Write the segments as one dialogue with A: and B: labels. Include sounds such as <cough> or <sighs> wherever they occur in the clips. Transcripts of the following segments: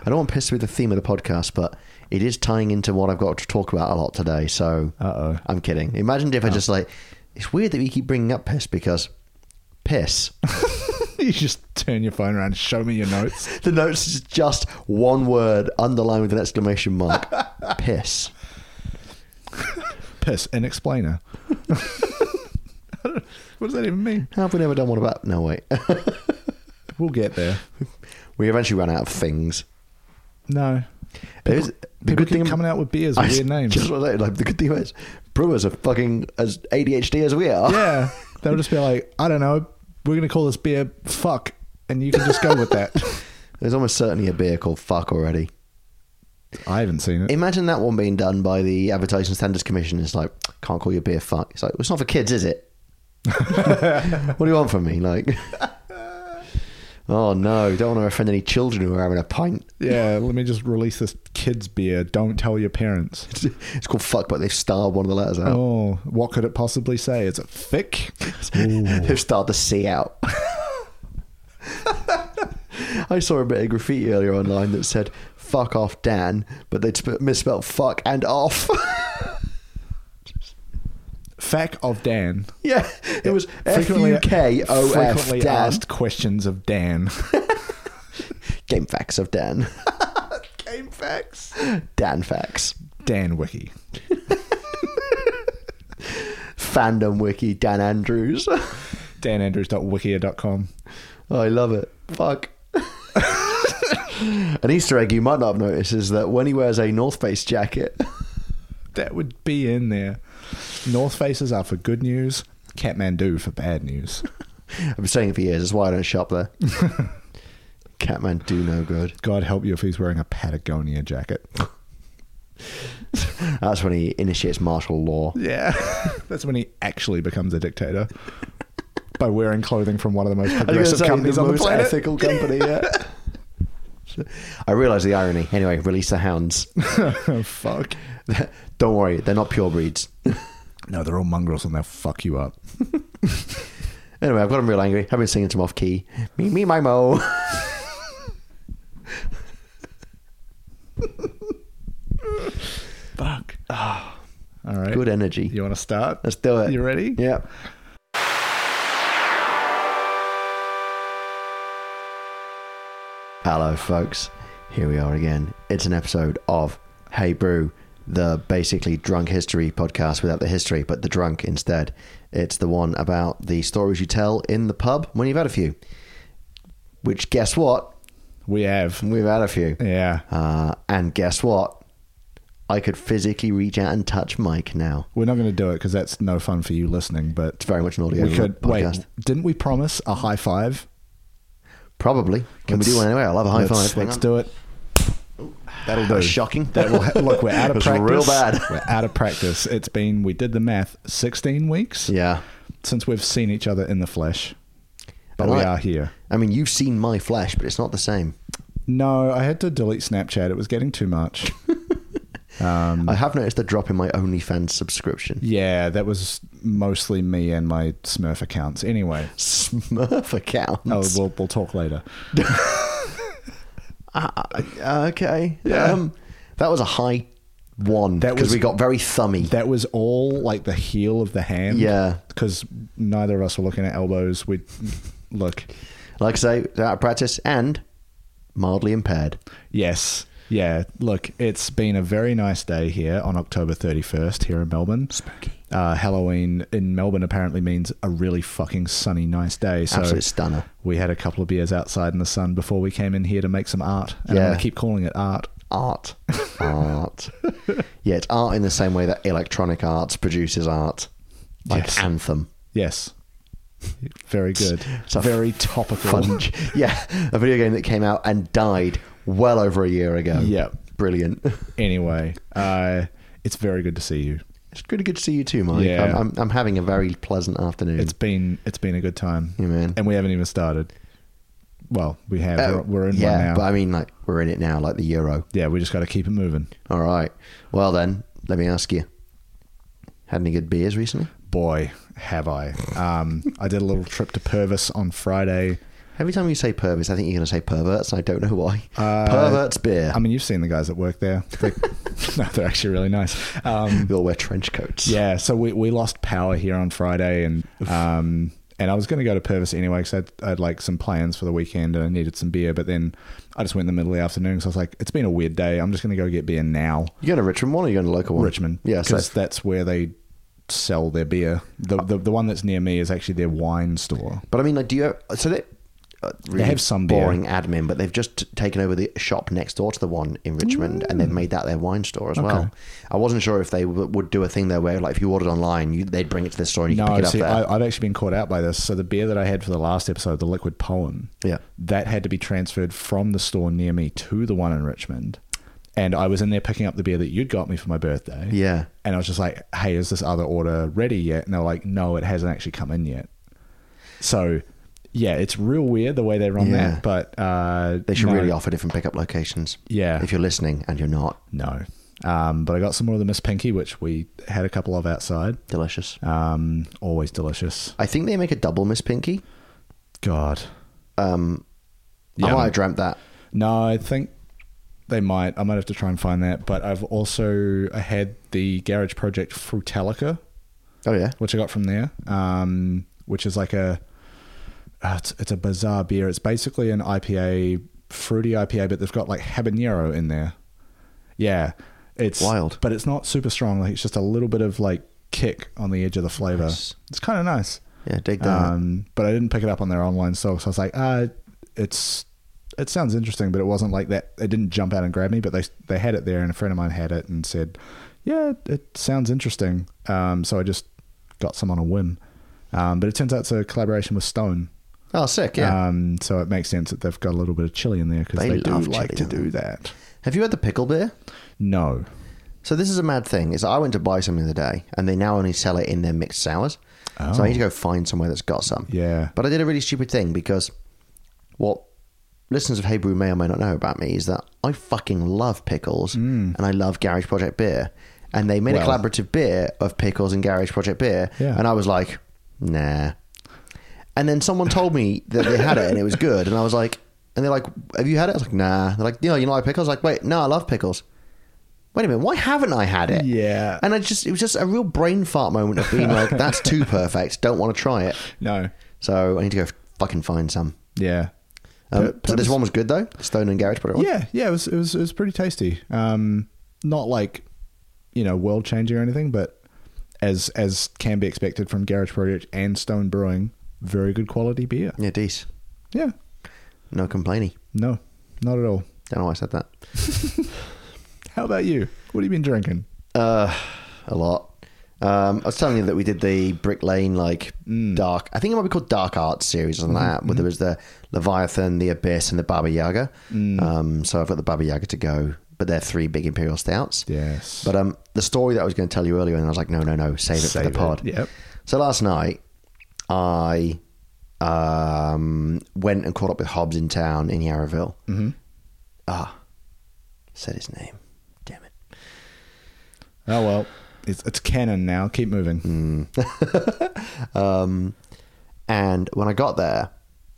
A: I don't want this to be the theme of the podcast, but it is tying into what I've got to talk about a lot today. So
B: Uh-oh. Oh.
A: I'm kidding. Imagine if I just like. It's weird that we keep bringing up piss because
B: <laughs>
A: piss.
B: you just turn your phone around and show me your <laughs> notes.
A: the notes is just one word underlined with an exclamation mark.
B: <laughs>
A: piss.
B: Piss and <laughs> explainer. I don't- what does that even mean?
A: How have we never done one about? No wait. <laughs>
B: We'll get there.
A: we eventually ran out of things.
B: <laughs> No.
A: There is- the
B: People
A: good
B: keep
A: thing
B: coming out with beers
A: <laughs> I
B: with weird names.
A: Just want to say, like the good thing is, brewers are fucking as ADHD as we are.
B: yeah. They'll just be like, I don't know. We're going to call this beer fuck. And you can just go with that.
A: There's almost certainly a beer called Fuck already.
B: <laughs> I haven't seen it.
A: Imagine that one being done by the Advertising Standards Commission. It's like, can't call your beer fuck. It's like, it's not for kids, is
B: <laughs>
A: it? what do you want from me? Like, oh no, don't want to offend any children who are having a pint. <laughs>
B: Yeah. Let me just release this kid's beer. Don't tell your parents.
A: It's called fuck, but they've starved one of the letters out.
B: Oh, what could it possibly say? Is it thick?
A: <laughs> They've starved the C out. <laughs> I saw a bit of graffiti earlier online that said "fuck off, Dan," but they'd sp- misspelled "fuck" and "off." <laughs>
B: Fact of Dan.
A: yeah, it was F
B: Frequently- uh,
A: U K O F
B: frequently
A: Dan.
B: asked questions of Dan.
A: Game facts of Dan. <laughs> Game facts. Dan facts.
B: Dan Wiki.
A: Fandom wiki. Dan Andrews. <laughs>
B: danandrews.wikia.com.
A: I love it. Fuck. <laughs> An Easter egg you might not have noticed is that when he wears a North Face jacket, <laughs>
B: That would be in there. North Faces are for good news, Kathmandu for bad news.
A: I've been saying it for years. That's why I don't shop <laughs> there. Catman do no good.
B: God help you if he's wearing a Patagonia jacket.
A: That's when he initiates martial law.
B: Yeah. <laughs> That's when he actually becomes a dictator by wearing clothing from one of the most
A: I was
B: progressive
A: gonna say,
B: companies
A: the
B: on the
A: most
B: planet.
A: ethical company. <laughs> Yeah. I realise the irony. Anyway, release the hounds. <laughs>
B: <laughs> Fuck.
A: Don't worry, they're not pure breeds.
B: No, they're all mongrels and they'll fuck you up.
A: Anyway, I've got them real angry. I've been singing some off key. Me, me, my mo.
B: Fuck. Ah. all right.
A: Good energy.
B: You want to start?
A: Let's do it.
B: You ready?
A: Yeah. Hello, folks. Here we are again. It's an episode of Hey Brew, the basically drunk history podcast without the history, but the drunk instead. It's the one about the stories you tell in the pub when you've had a few. Which, guess what?
B: We have.
A: We've had a few.
B: Yeah.
A: Uh, and guess what? I could physically reach out and touch Mike now.
B: We're not going to do it because that's no fun for you listening, but
A: It's very much an audio
B: we could.
A: podcast.
B: Wait, didn't we promise a high five?
A: Probably. Can
B: Let's-
A: we do one anyway? I'll have a high
B: let's,
A: five. Hang
B: Let's
A: on.
B: do it. That'll do.
A: That was shocking.
B: That will ha- look.
A: <laughs>
B: We're out of
A: It was
B: practice.
A: real bad.
B: <laughs> We're out of practice. It's been. We did the math. Sixteen weeks
A: Yeah.
B: since we've seen each other in the flesh, but
A: And
B: we
A: I-
B: are here.
A: I mean, you've seen my flesh, but it's not the same.
B: No, I had to delete Snapchat. It was getting
A: <laughs>
B: too much.
A: I have noticed a drop in my OnlyFans subscription.
B: Um, yeah, that was mostly me and my Smurf accounts. Anyway,
A: Smurf account.
B: oh, we'll we'll talk later.
A: Uh, okay.
B: Yeah.
A: Um, that was a high one
B: That
A: because
B: was-
A: we got very thummy.
B: That was all like the heel of the hand.
A: Yeah.
B: Because neither of us were looking at elbows. We look.
A: Like I say, they're out of practice and mildly impaired.
B: Yes. Yeah. Look, it's been a very nice day here on October 31st here in Melbourne.
A: Spooky.
B: Uh, Halloween in Melbourne apparently means a really fucking sunny, nice day. So
A: Absolute stunner.
B: we had a couple of beers outside in the sun before we came in here to make some art. And I'm
A: Yeah.
B: going to keep calling it art.
A: Art. Art. yeah, it's art in the same way that electronic arts produces art. Like
B: Yes.
A: Anthem.
B: Yes. Very good.
A: It's a
B: very topical.
A: fun.
B: <laughs>
A: yeah, a video game that came out and died well over a year ago.
B: Yeah.
A: brilliant.
B: Anyway, uh, it's very good to see you.
A: It's really good to see you too, Mike.
B: Yeah.
A: I'm, I'm, I'm having a very pleasant afternoon.
B: It's been it's been a good time.
A: Yeah, man.
B: And we haven't even started. Well, we have.
A: Uh,
B: we're, we're in
A: yeah,
B: one now.
A: but I mean, like we're in it now, like the Euro.
B: yeah, we just got to keep it moving.
A: All right. Well then, let me ask you: Had any good beers recently?
B: Boy, have I. Um, I did a little trip to Purvis on Friday.
A: Every time you say pervis, I think you're going to say perverts, and I don't know why.
B: Uh,
A: perverts beer.
B: I mean, you've seen the guys that work there. They, <laughs> no, they're actually really nice.
A: <laughs>
B: Um,
A: they all wear trench coats.
B: Yeah, so we, we lost power here on Friday, and um, and I was going to go to Purvis anyway because I'd, I'd like some plans for the weekend and I needed some beer. But then I just went in the middle of the afternoon, so I was like, it's been a weird day. I'm just going to go get beer now,
A: You going to Richmond one or you going to local one?
B: Richmond,
A: Yeah, so
B: because that's where they sell their beer. The, the the one that's near me is actually their wine store.
A: But I mean, like, do you? So they uh, really
B: have some beer.
A: boring admin, but they've just t- taken over the shop next door to the one in Richmond, and
B: Mm.
A: they've made that their wine store as well. I wasn't sure if they w- would do a thing there where, like, if you ordered online, you, they'd bring it to the store and you could
B: No,
A: pick it
B: see,
A: up there.
B: I, I've actually been caught out by this. So the beer that I had for the last episode, the Liquid Poem,
A: yeah,
B: that had to be transferred from the store near me to the one in Richmond. And I was in there picking up the beer that you'd got me for my birthday.
A: yeah.
B: And I was just like, hey, is this other order ready yet? And they're like, no, it hasn't actually come in yet. So, yeah, it's real weird the way they run
A: Yeah.
B: that. But uh,
A: They should
B: no,
A: really offer different pickup locations.
B: Yeah.
A: If you're listening and you're not,
B: No. Um, but I got some more of the Miss Pinky, which we had a couple of outside.
A: delicious.
B: Um, always delicious.
A: I think they make a double Miss Pinky.
B: God.
A: Um, I
B: Yeah.
A: might have dreamt that.
B: No, I think they might. I might have to try and find that. But I've also I had the Garage Project Frutalica,
A: Oh yeah,
B: which I got from there, um, which is like a uh, it's, it's a bizarre beer. It's basically an IPA, fruity IPA, but they've got like habanero in there. Yeah, it's
A: Wild.
B: but it's not super strong. Like it's just a little bit of like kick on the edge of the flavor.
A: Nice.
B: It's kind of nice.
A: yeah. Dig that.
B: Um, but I didn't pick it up on their online store, so I was like, uh, it's it sounds interesting, but it wasn't like that. It didn't jump out and grab me, but they they had it there, and a friend of mine had it and said, yeah, it, it sounds interesting. Um, so I just got some on a whim. Um, but it turns out it's a collaboration with Stone.
A: oh, sick. Yeah.
B: Um, so it makes sense that they've got a little bit of chili in there because
A: They
B: they, do
A: love
B: like
A: chili,
B: to
A: don't
B: do that.
A: have you had the pickle beer?
B: No.
A: So this is a mad thing. Is I went to buy something the other day, and they now only sell it in their mixed sours. So I need to go find somewhere that's got some.
B: Yeah.
A: But I did a really stupid thing because what listeners of Hey Brew may or may not know about me is that I fucking love pickles and I love Garage Project beer. And they made a
B: Mm. Well.
A: collaborative beer of pickles and Garage Project beer.
B: Yeah.
A: And I was like, nah. And then someone told
B: <laughs>
A: me that they had it and it was good. And I was like, and they're like, have you had it? I was like, nah. They're like, you know, you don't like pickles? I was like, wait, no, I love pickles. Wait a minute, why haven't I had it?
B: Yeah.
A: And I just, it was just a real brain fart moment of being like, that's too perfect. Don't want to try it.
B: No.
A: So I need to go fucking find some.
B: Yeah.
A: Um,
B: Pur-
A: so this
B: purpose-
A: one was good though. Stone and Garage put it on.
B: Yeah, yeah, it was it was it was pretty tasty. Um, not like you know world changing or anything, but as as can be expected from Garage Project and Stone Brewing, very good quality beer.
A: Yeah, dece.
B: Yeah,
A: No complaining.
B: no, not at all.
A: Don't know why I said that.
B: How about you? What have you been drinking?
A: Uh, a lot. Um, I was telling you that we did the Brick Lane like
B: Mm.
A: dark. I think it might be called Dark Arts series or something like
B: Mm-hmm,
A: that. Where there was the Leviathan, the Abyss, and the Baba Yaga.
B: Mm.
A: Um, so I've got the Baba Yaga to go, but they're three big Imperial stouts.
B: Yes,
A: But um, the story that I was going to tell you earlier, and I was like, no, no, no, save it
B: Save
A: for the pod.
B: Yep.
A: So last night, I um, went and caught up with Hobbs in town in Yarraville. Mm-hmm. Ah, said his name. Damn it.
B: Oh well, it's it's canon now. Keep moving.
A: Um, and when I got there,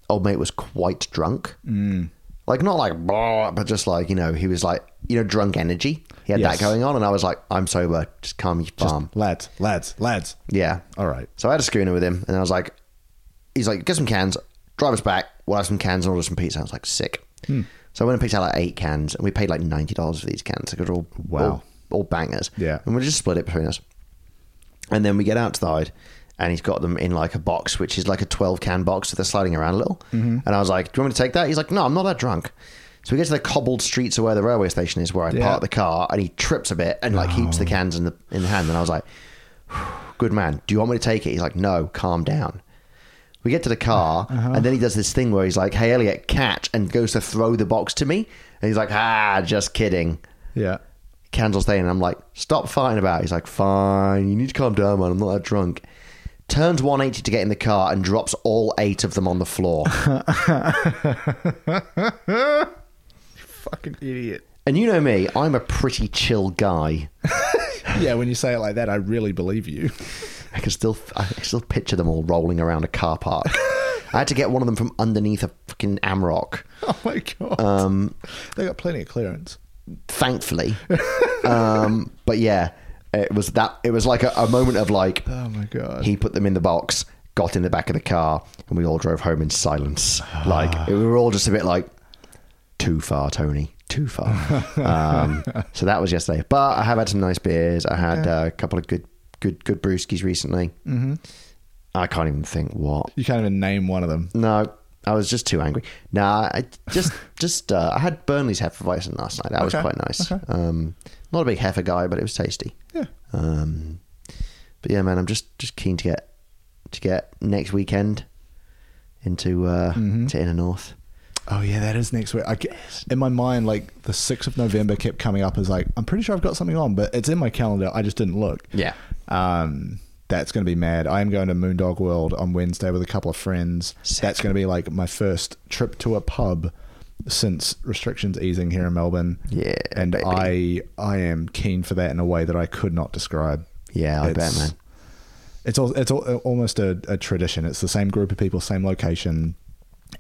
A: old mate was quite drunk. Mm. Like not like blah, but just like you know, he was like you know drunk energy. He had
B: Yes.
A: that going on, and I was like, I'm sober. Just calm your
B: Just
A: farm.
B: lads, lads, lads.
A: Yeah.
B: All right.
A: So I had a schooner with him, and I was like, he's like, get some cans, drive us back, we'll have some cans and order some pizza. I was like, sick.
B: Hmm.
A: So I went and picked out like eight cans, and we paid like $90 for these cans. They were all,
B: Wow.
A: all, all bangers.
B: Yeah.
A: And we just split it between us. And then we get outside, and he's got them in like a box, which is like a 12 can box, so they're sliding around a little. And I was like, do you want me to take that? He's like, no, I'm not that drunk. So we get to the cobbled streets of where the railway station is, where I
B: Yeah.
A: park the car, and he trips a bit and like keeps the cans in the in the hand. And I was like, good man, do you want me to take it? He's like, no, calm down. We get to the car, and then he does this thing where he's like, hey, Elliot, catch, and goes to throw the box to me. And he's like, ah, just kidding.
B: Yeah.
A: Cans will stay in. And I'm like, stop fighting about it. He's like, fine, you need to calm down, man. I'm not that drunk. Turns 180 to get in the car and drops all eight of them on the floor.
B: Fucking idiot.
A: and you know me, I'm a pretty chill guy.
B: Yeah, when you say it like that, I really believe you. <laughs>
A: I can still I can still picture them all rolling around a car park. I had to get one of them from underneath a fucking fucking Amrock.
B: Oh my god.
A: Um,
B: they got plenty of clearance.
A: thankfully. um, but yeah, it was that. It was like a, a moment of like
B: Oh my god.
A: he put them in the box, got in the back of the car, and we all drove home in silence. Like we were all just a bit like, too far, Tony, too far. um, so that was yesterday. But I have had some nice beers. I had uh, a couple of good, good, good brewskis recently. Mm-hmm. I can't even think what.
B: you can't even name one of them.
A: No, I was just too angry. Nah, I <laughs> just just uh, I had Burnley's Hefeweizen last night. That was
B: Okay,
A: quite nice.
B: okay.
A: Um, not a big heifer guy, but it was tasty.
B: Yeah.
A: Um, but yeah, man, I'm just just keen to get to get next weekend into uh, to Inner North.
B: Oh yeah, that is next week. I ge- in my mind, like the sixth of November kept coming up as like I'm pretty sure I've got something on, but it's in my calendar. I just didn't look.
A: Yeah.
B: Um, that's going to be mad. I am going to Moondog World on Wednesday with a couple of friends.
A: Sick.
B: That's going to be like my first trip to a pub since restrictions easing here in Melbourne.
A: Yeah,
B: and
A: baby.
B: I I am keen for that in a way that I could not describe.
A: Yeah, I
B: It's-
A: bet, man.
B: It's all, it's al almost a, a tradition. It's the same group of people, same location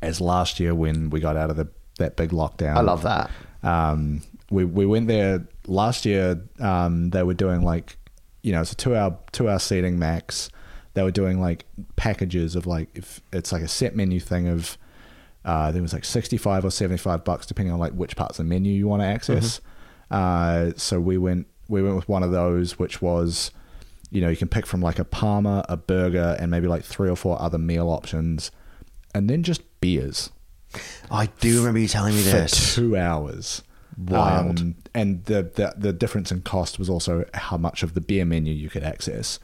B: as last year when we got out of the that big lockdown.
A: I love that.
B: Um, we we went there last year. Um, they were doing like, you know, it's a two hour two hour seating max. They were doing like packages of like if it's like a set menu thing of, uh, there was like sixty five or seventy five bucks depending on like which parts of the menu you want to access. Uh, so we went we went with one of those which was, you know, you can pick from like a parma, a burger, and maybe like three or four other meal options, and then just beers
A: I do remember you telling me
B: for
A: this.
B: two hours.
A: Wild.
B: Um, and the, the the difference in cost was also how much of the beer menu you could access.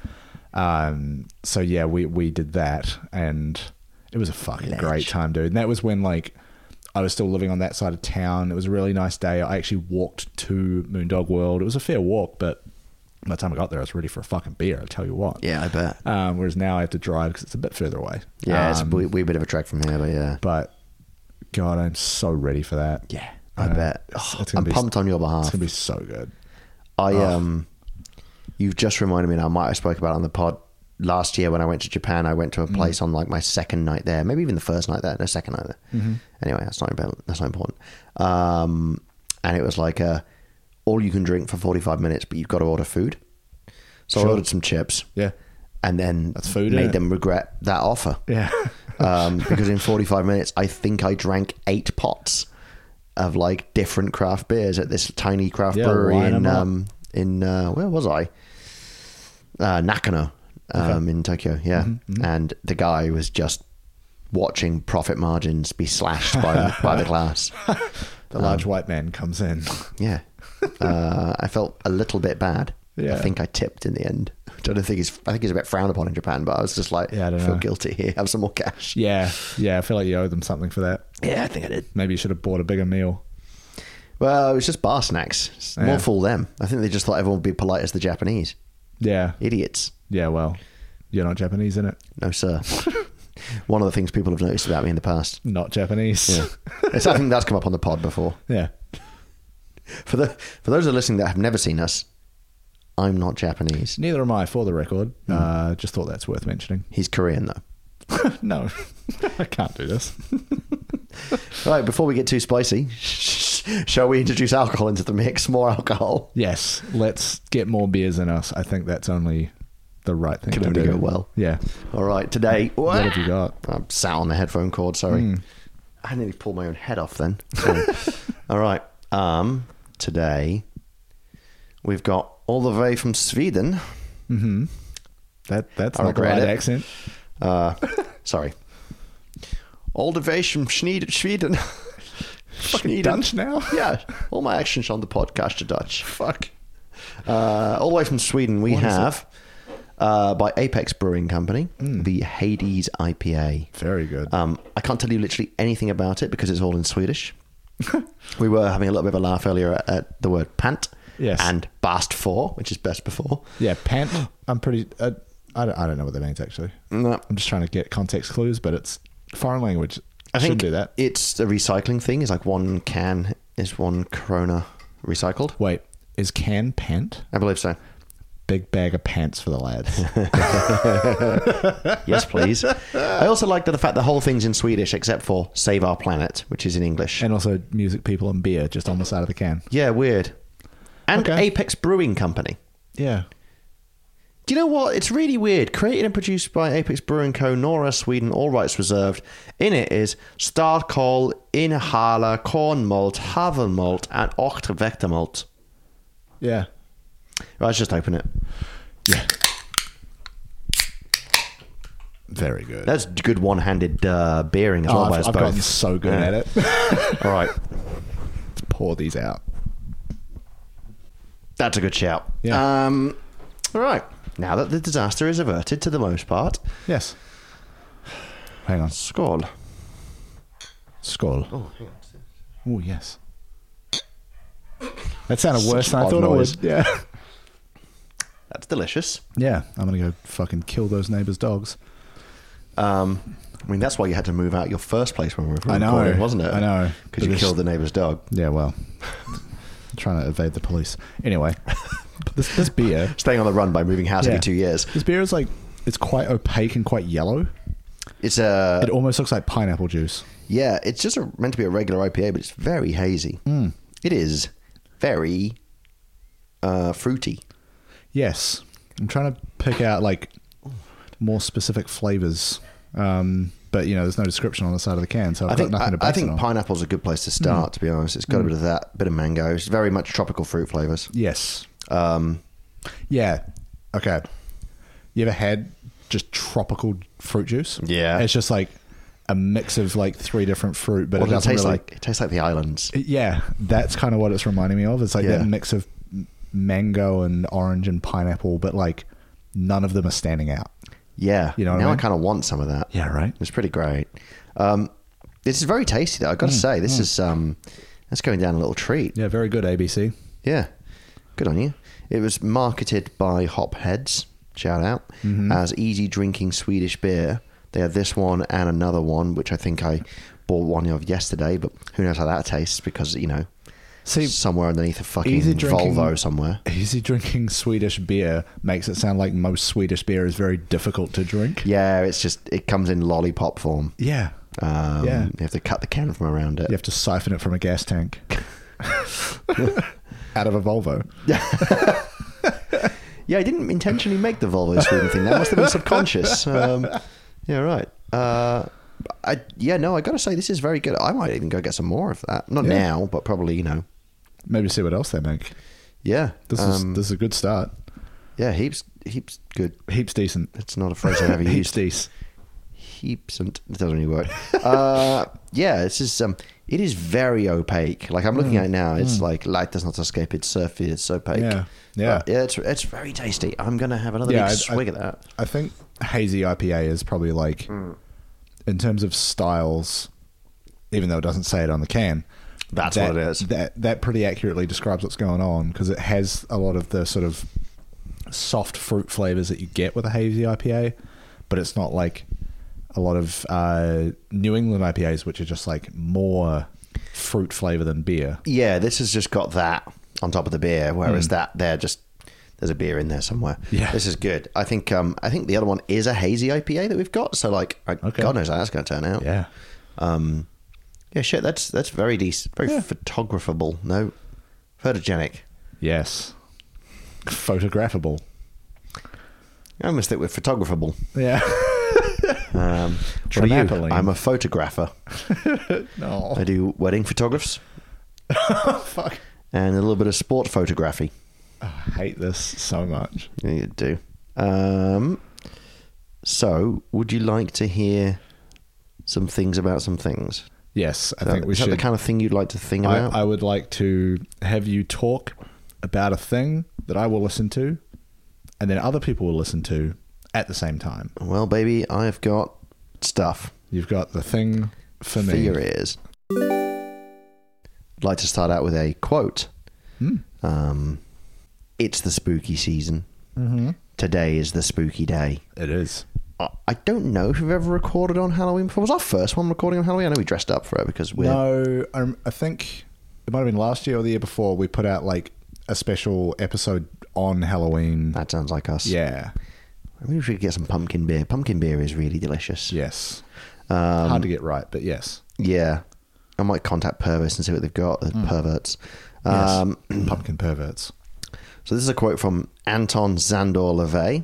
B: Um, so yeah, we we did that, and it was a fucking
A: Ledge.
B: great time, dude. And that was when like I was still living on that side of town. It was a really nice day. I actually walked to Moondog World. It was a fair walk, but by the time I got there, I was ready for a fucking beer. I tell you what.
A: Yeah, I bet.
B: Um, whereas now I have to drive because it's a bit further away.
A: Yeah, it's a
B: Um,
A: wee, wee bit of a trek from here, but yeah,
B: but God, I'm so ready for that.
A: yeah, I
B: Uh,
A: bet.
B: it's-
A: Oh,
B: it's gonna
A: I'm
B: be-
A: pumped on your behalf.
B: It's gonna be so good.
A: I
B: Oh.
A: um, you've just reminded me, and I might have spoke about it on the pod last year when I went to Japan. I went to a
B: Mm.
A: place on like my second night there, maybe even the first night there, no second night there.
B: Mm-hmm.
A: Anyway, that's not important. That's not important. Um, and it was like a all you can drink for forty five minutes, but you've got to order food. So
B: Sure.
A: I ordered some chips.
B: Yeah.
A: and then
B: That's food,
A: Made
B: innit?
A: them regret that offer.
B: Yeah.
A: um, because in 45 minutes, I think I drank eight pots of like different craft beers at this tiny craft
B: Yeah,
A: brewery
B: line
A: in
B: 'em up.
A: um, in uh, where was I? Uh, Nakano um, in Tokyo, yeah.
B: Mm-hmm,
A: And the guy was just watching profit margins be slashed by by the
B: <laughs>
A: glass.
B: The large white man comes in.
A: Yeah, uh, I felt a little bit bad.
B: Yeah.
A: I think I tipped in the end. I don't think it's. I think it's a bit frowned upon in Japan, but I was just like,
B: Yeah, I don't
A: feel
B: know.
A: guilty here. Have some more cash.
B: <laughs> Yeah. Yeah. I feel like you owe them something for that.
A: yeah, I think I did.
B: Maybe you should have bought a bigger meal.
A: Well, it was just bar snacks. It's
B: Yeah.
A: More fool them. I think they just thought everyone would be polite as the Japanese.
B: Yeah.
A: Idiots.
B: Yeah. Well, you're not Japanese, in it.
A: No, sir. One of the things people have noticed about me in the past.
B: Not Japanese.
A: Yeah. It's, I think that's come up on the pod before.
B: <laughs> Yeah.
A: For the for those that are listening that have never seen us, I'm not Japanese.
B: Neither am I, for the record. Uh, just thought that's worth mentioning. <laughs>
A: He's Korean though.
B: no, <laughs> I can't do this.
A: Right, before we get too spicy, <laughs> shall we introduce alcohol into the mix? More alcohol.
B: <laughs> Yes. Let's get more beers in us. I think that's only the right thing
A: Can
B: to
A: only
B: do.
A: go well.
B: Yeah.
A: All right, today.
B: What have you got?
A: I'm sat on the headphone cord. Sorry,
B: Hmm.
A: I nearly pulled my own head off. Then,
B: <laughs>
A: Sorry. all right. Um, today we've got all the way from Sweden.
B: Mm-hmm. That that's
A: I
B: not the
A: regret
B: right
A: it.
B: accent. <laughs>
A: Uh, sorry, all the way from Schneed- Sweden. Fucking
B: Dutch <laughs> now?
A: <laughs> Yeah, all my actions on the podcast are Dutch.
B: Fuck.
A: Uh, all the way from Sweden, we
B: What is
A: have uh, by Apex Brewing Company
B: Hmm.
A: the Hades IPA.
B: Very good.
A: Um, I can't tell you literally anything about it because it's all in
B: <laughs>
A: Swedish. we were having a little bit of a laugh earlier at, at the word pant
B: Yes.
A: and bast for, which is best before.
B: yeah, pant. <gasps> I'm pretty. Uh, I don't. I don't know what that means actually.
A: No,
B: I'm just trying to get context clues, but it's foreign language.
A: I
B: Shouldn't
A: think
B: do that.
A: it's a recycling thing. It's like one can is one Corona recycled.
B: Wait, is can pant?
A: I believe so.
B: big bag of pants for the <laughs> lads.
A: Yes,
B: <laughs>
A: please. I also like that the fact the whole thing's in Swedish except for Save Our Planet, which is in English.
B: and also music people and beer just on the side of the can.
A: yeah, weird. And
B: Okay.
A: Apex Brewing Company.
B: Yeah.
A: Do you know what? It's really weird. Created and produced by Apex Brewing Co. Nora, Sweden, all rights reserved. In it is Starkol, Inhaler, Corn Malt, Haven Malt, and Ochtervector Malt.
B: Yeah.
A: Right, let's just open it.
B: Yeah. Very good.
A: That's good one handed uh, beering as
B: Oh,
A: well, by
B: I've,
A: us
B: I've gotten
A: both.
B: so good
A: Yeah.
B: at it. Let's
A: all right.
B: pour these out.
A: That's a good shout.
B: Yeah.
A: Um, all right. Now that the disaster is averted to the most part,
B: Yes. Hang on.
A: Skull.
B: Skull. Oh, yes. That sounded worse than I
A: odd
B: thought
A: noise.
B: it would.
A: <laughs>
B: Yeah.
A: That's delicious.
B: Yeah. I'm going to go fucking kill those neighbors' dogs.
A: Um, I mean, that's why you had to move out your first place when we were
B: I know,
A: recording, wasn't it?
B: I know.
A: Because you
B: But it's-
A: killed the neighbour's dog.
B: Yeah, well, I'm <laughs> trying to evade the police.
A: <laughs>
B: Anyway, this, this beer.
A: Staying on the run by moving house
B: Yeah.
A: every two years.
B: This beer is like, it's quite opaque and quite yellow.
A: It's a
B: It almost looks like pineapple juice.
A: yeah. It's just a, meant to be a regular IPA, but it's very hazy.
B: Hmm.
A: It is very uh, fruity.
B: Yes. I'm trying to pick out like more specific flavors. Um, but you know, there's no description on the side of the can, so I've
A: I think
B: got
A: I,
B: nothing to base
A: I
B: it
A: think
B: on. Hmm.
A: pineapple's a good place to start. To be honest, it's got a bit of that, bit of mango. It's very much tropical fruit flavors.
B: yes.
A: Um,
B: Yeah. Okay. You ever had just tropical fruit juice?
A: Yeah.
B: It's just like a mix of like three different fruit, but
A: what
B: it
A: does it
B: doesn't
A: taste
B: really
A: like? It tastes like the islands.
B: Yeah, that's kind of what it's reminding me of. It's like
A: Yeah.
B: that mix of m- mango and orange and pineapple, but like none of them are standing out.
A: Yeah,
B: You know what I
A: now I,
B: mean?
A: kind of want some of that.
B: Yeah, right.
A: It's pretty great. Um, this is very tasty though. I got
B: Hmm.
A: to say, this is um, that's going down a little treat.
B: Yeah, very good ABC.
A: Yeah, good on you. It was marketed by Hopheads, shout out,
B: Mm-hmm.
A: as easy drinking Swedish beer. They had this one and another one, which I think I bought one of yesterday, but who knows how that tastes because, you know,
B: See,
A: somewhere underneath a fucking
B: easy drinking-
A: Volvo somewhere.
B: easy drinking Swedish beer makes it sound like most Swedish beer is very difficult to drink.
A: Yeah, it's just, it comes in lollipop form.
B: Yeah.
A: Um,
B: Yeah.
A: You have to cut the can from around it.
B: You have to siphon it from a gas tank <laughs> out of a Volvo.
A: <laughs> Yeah, I didn't intentionally make the Volvo Sweden thing. That must have been subconscious. Um, yeah, right. Uh, I yeah, no, I gotta say this is very good. I might even go get some more of that. Not
B: Yeah.
A: now, but probably you know.
B: Maybe see what else they make.
A: Yeah,
B: This
A: um,
B: is this is a good start.
A: yeah, heaps, heaps good.
B: Heaps decent.
A: That's not a phrase I've ever
B: <laughs> Heaps
A: used.
B: decent.
A: Heaps and it doesn't really work. Uh, yeah, this is um, it is very opaque. Like I'm looking
B: Mm.
A: at it now, it's like light does not escape its surface. It's opaque.
B: Yeah, yeah.
A: But yeah. It's it's very tasty. I'm gonna have another
B: Yeah,
A: big
B: I- I-
A: swig of that.
B: I think hazy IPA is probably like,
A: Hmm.
B: in terms of styles, even though it doesn't say it on the can.
A: That's
B: that-
A: what it is.
B: That that pretty accurately describes what's going on because it has a lot of the sort of soft fruit flavors that you get with a hazy IPA, but it's not like a lot of uh, New England IPAs, which are just like more fruit flavor than beer.
A: yeah, this has just got that on top of the beer, whereas that there just there's a beer in there somewhere.
B: Hmm. Yeah.
A: this is good. I think um I think the other one is a hazy IPA that we've got. So like, I,
B: Okay.
A: God knows how that's going to turn out.
B: Yeah,
A: Um. Yeah. Shit. That's that's very decent. Very
B: Yeah.
A: photographable. No. Photogenic.
B: yes, photographable.
A: I almost think we're
B: <laughs>
A: photographable.
B: Yeah,
A: Um, what are you?
B: Trinapoline.
A: I'm a photographer.
B: no,
A: I do wedding photographs
B: <laughs> fuck.
A: and a little bit of sport photography.
B: I hate this so much.
A: Yeah, you do. Um, so, would you like to hear some things about some things?
B: Yes, I
A: Is that-
B: think we
A: is
B: should.
A: that the kind of thing you'd like to think about?
B: I, I would like to have you talk about a thing that I will listen to, and then other people will listen to at the same time.
A: well, baby, I've got stuff
B: You've got the thing for
A: for
B: me.
A: your ears. I'd like to start out with a quote.
B: Hmm.
A: Um, it's the spooky season.
B: Mm-hmm.
A: Today is the spooky day.
B: It is.
A: I- I don't know if we've ever recorded on Halloween before. Was our first one recording on Halloween? I know we dressed up for it because we're
B: No, um, I, I think it might have been last year or the year before we put out like a special episode on Halloween.
A: That sounds like us.
B: Yeah.
A: Maybe we should get some pumpkin beer. Pumpkin beer is really delicious.
B: Yes.
A: Um,
B: Hard to get right, but yes.
A: yeah. I might contact Purvis and see what they've got. The perverts.
B: Hmm. Yes.
A: Um,
B: Pumpkin perverts.
A: So this is a quote from Anton Zandor LaVey,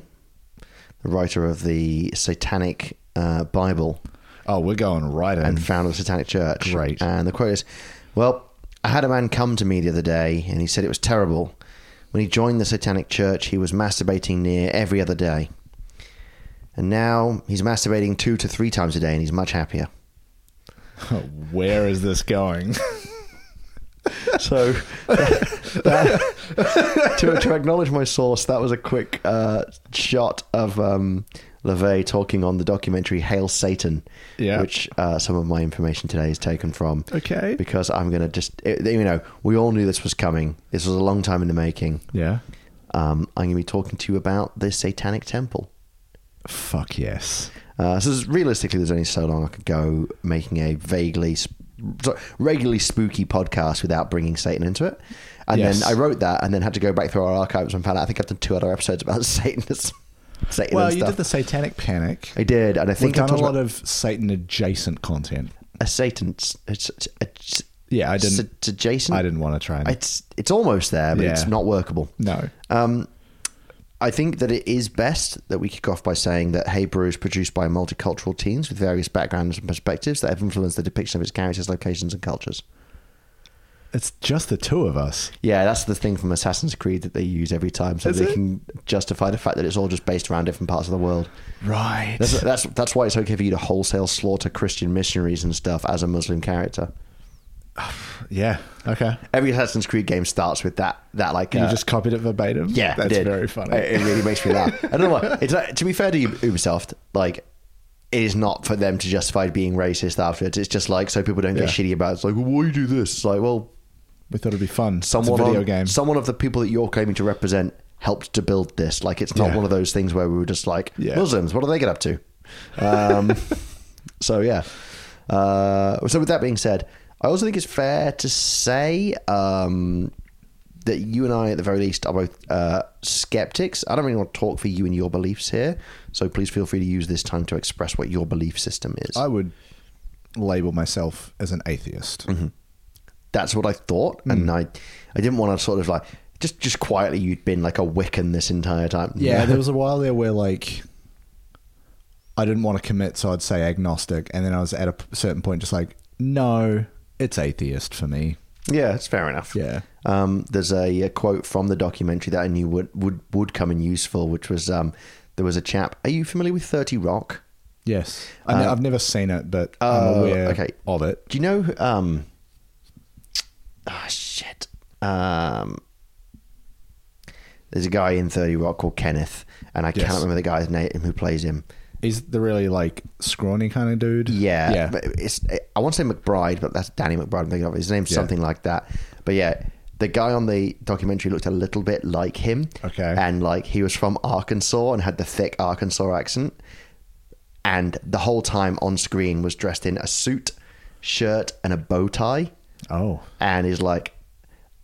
A: the writer of the Satanic uh, Bible
B: Oh, we're going right in.
A: and founder of the Satanic Church.
B: Great.
A: And the quote is, "Well, I had a man come to me the other day, and he said it was terrible. When he joined the Satanic Church, he was masturbating near every other day, and now he's masturbating two to three times a day, and he's much happier."
B: <laughs> Where is
A: <laughs>
B: this going?
A: So, <laughs> that- that- to, to acknowledge my source, that was a quick uh, shot of um, LaVey talking on the documentary Hail Satan,
B: Yeah.
A: which uh, some of my information today is taken from.
B: Okay.
A: Because I'm going to just, it- you know, we all knew this was coming. This was a long time in the making.
B: yeah.
A: Um, I'm going to be talking to you about the Satanic Temple.
B: Fuck yes.
A: Uh, so there's- realistically, there's only so long I could go making a vaguely, sp- so- regularly spooky podcast without bringing Satan into it. And
B: Yes.
A: then I wrote that, and then had to go back through our archives and found out. I think I've done two other episodes about <laughs> Satanism. Satan
B: Well,
A: and
B: you
A: stuff.
B: did the Satanic Panic.
A: I did, and I
B: We've
A: think I've
B: done a
A: talked
B: lot
A: about
B: of Satan adjacent content.
A: a Satan. It's, it's, it's, it's,
B: Yeah, I didn't.
A: It's adjacent.
B: I didn't want to try. And,
A: It's it's almost there, but it's
B: Yeah.
A: not workable.
B: no.
A: Um, I think that it is best that we kick off by saying that Hey Brew is produced by multicultural teens with various backgrounds and perspectives that have influenced the depiction of its characters, locations, and cultures.
B: It's just the two of us.
A: Yeah, that's the thing from Assassin's Creed that they use every time, so
B: Is
A: they
B: it?
A: can justify the fact that it's all just based around different parts of the world.
B: Right. <laughs>
A: That's that's that's why it's okay for you to wholesale slaughter Christian missionaries and stuff as a Muslim character.
B: yeah. Okay.
A: Every Assassin's Creed game starts with that that like
B: You
A: uh,
B: just copied it verbatim.
A: Yeah, I
B: that's
A: did.
B: very funny.
A: It, it really makes me
B: <laughs>
A: laugh. I don't know why. It's like, to be fair to U- Ubisoft, like it is not for them to justify being racist afterwards. It's just like so people don't get
B: Yeah.
A: shitty about. It. It's like, well, why you do this? It's like, well,
B: we thought it'd be fun. It's a
A: someone
B: video
A: on-
B: game.
A: someone of the people that you're claiming to represent helped to build this. Like, it's not
B: Yeah.
A: one of those things where we were just like
B: Yeah.
A: Muslims. What do they get up to? Um, <laughs> so yeah. Uh, so with that being said, I also think it's fair to say um, that you and I, at the very least, are both uh, skeptics. I don't really want to talk for you and your beliefs here, so please feel free to use this time to express what your belief system is.
B: I would label myself as an atheist.
A: that's what I thought,
B: Hmm.
A: and I, I didn't want to sort of like just just quietly you'd been like a Wiccan this entire time. <laughs>
B: Yeah, there was a while there where like I didn't want to commit, so I'd say agnostic, and then I was at a p- certain point just like, no, it's atheist for me.
A: yeah, it's fair enough.
B: Yeah.
A: Um, there's a, a quote from the documentary that I knew would would would come in useful, which was um, there was a chap. Are you familiar with Thirty Rock?
B: Yes, I ne- I've never seen it, but I'm
A: Uh, Oh,
B: aware
A: okay.
B: of it.
A: Do you know? Um, ah, shit. Um, there's a guy in Thirty Rock called Kenneth, and I
B: Yes.
A: cannot remember the guy's name who plays him.
B: He's the really like scrawny kind of dude.
A: Yeah,
B: yeah.
A: But it's I want to say McBride, but that's Danny McBride. I'm thinking of his name's
B: Yeah.
A: something like that. But yeah, the guy on the documentary looked a little bit like him.
B: Okay.
A: and like he was from Arkansas and had the thick Arkansas accent, and the whole time on screen was dressed in a suit, shirt, and a bow tie,
B: oh,
A: and is like.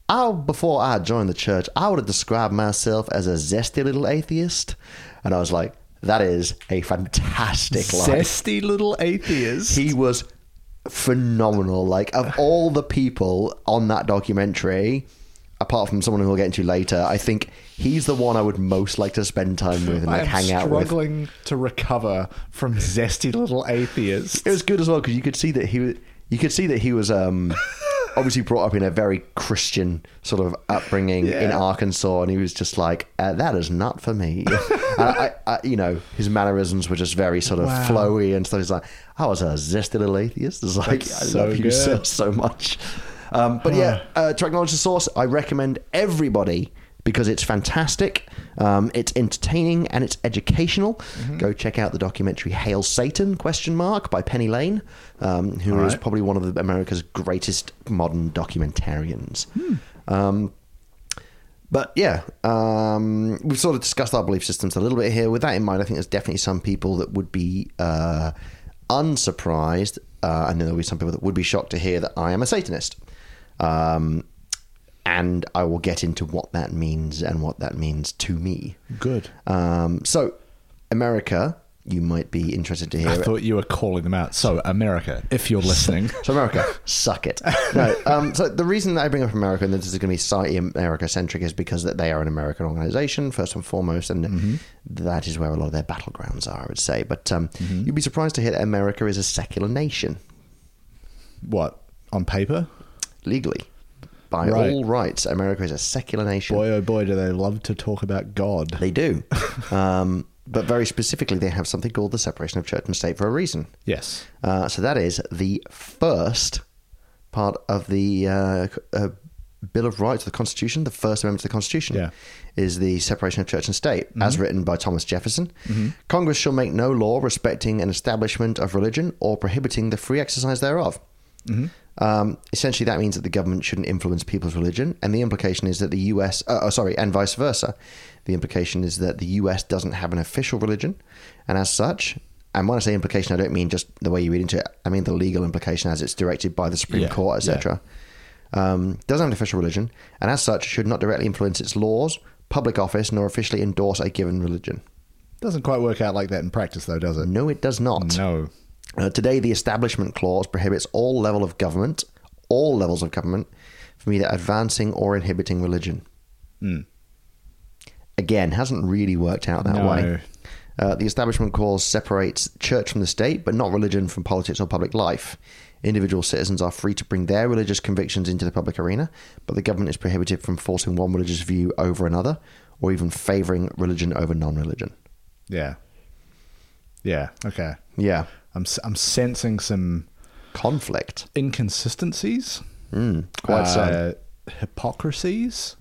A: I, before I joined the church, I would have described myself as a zesty little atheist. And I was like, that is a fantastic line
B: zesty little atheist.
A: he was phenomenal. Like of all the people on that documentary, apart from someone who we'll get into later, I think he's the one I would most like to spend time with and
B: I
A: like
B: am
A: hang out with.
B: struggling to recover from zesty little atheist.
A: It was good as well because you could see that he was. You could see that he was
B: <laughs>
A: um, obviously brought up in a very Christian sort of upbringing in
B: Yeah.
A: Arkansas, and he was just like, uh, "That is not for
B: <laughs>
A: me." and I, I, you know, his mannerisms were just very sort of
B: Wow.
A: flowy and stuff. He's like, "I was a zesty little atheist." It's like,
B: That's
A: "I
B: so
A: love you so,
B: good.
A: so much." Um, but yeah, uh, to acknowledge the source, I recommend everybody because it's fantastic. Um, it's entertaining and it's educational. Go check out the documentary "Hail Satan?" question mark by Penny Lane, um, who is
B: All right.
A: probably one of America's greatest modern documentarians. Um, but yeah, um, we've sort of discussed our belief systems a little bit here. With that in mind, I think there's definitely some people that would be uh, unsurprised, uh, and then there'll be some people that would be shocked to hear that I am a Satanist. Um, and I will get into what that means and what that means to me.
B: Good.
A: Um, so, America, you might be interested to hear.
B: I
A: it.
B: thought you were calling them out. So, America, if
A: <laughs>
B: you're listening,
A: So America, suck it. No, um, so the reason that I bring up America and this is going to be slightly America centric is because that they are an American organization first and foremost, and
B: Mm-hmm.
A: that is where a lot of their battlegrounds are, I would say. But um,
B: Mm-hmm.
A: you'd be surprised to hear that America is a secular nation
B: what on paper?
A: legally, by
B: Right.
A: all rights. America is a secular nation.
B: Boy, oh boy, do they love to talk about God.
A: They do, <laughs> um, but very specifically, they have something called the separation of church and state for a reason.
B: Yes.
A: Uh, so that is the first part of the uh, c- uh, Bill of Rights, the Constitution, the First Amendment to the Constitution,
B: Yeah.
A: is the separation of church and state, as
B: Mm-hmm.
A: written by Thomas Jefferson. Congress shall make no law respecting an establishment of religion or prohibiting the free exercise thereof.
B: Mm-hmm.
A: Um, essentially, that means that the government shouldn't influence people's religion, and the implication is that the U.S. Uh, oh, sorry, and vice versa. The implication is that the U.S. doesn't have an official religion, and as such, and when I say implication, I don't mean just the way you read into it. I mean the legal implication as it's directed by the Supreme
B: Yeah,
A: Court, etc. Um, doesn't have an official religion, and as such, should not directly influence its laws, public office, nor officially endorse a given religion.
B: Doesn't quite work out like that in practice, though, does it?
A: No, it does not.
B: No.
A: Uh, today, the Establishment Clause prohibits all level of government, all levels of government, from either advancing or inhibiting religion.
B: Hmm.
A: Again, hasn't really worked out that
B: No.
A: way. Uh, the Establishment Clause separates church from the state, but not religion from politics or public life. Individual citizens are free to bring their religious convictions into the public arena, but the government is prohibited from forcing one religious view over another, or even favouring religion over non-religion.
B: Yeah. Yeah. Okay.
A: Yeah,
B: I'm s- I'm sensing some
A: conflict.
B: inconsistencies.
A: Mm, quite so.
B: uh, hypocrisies.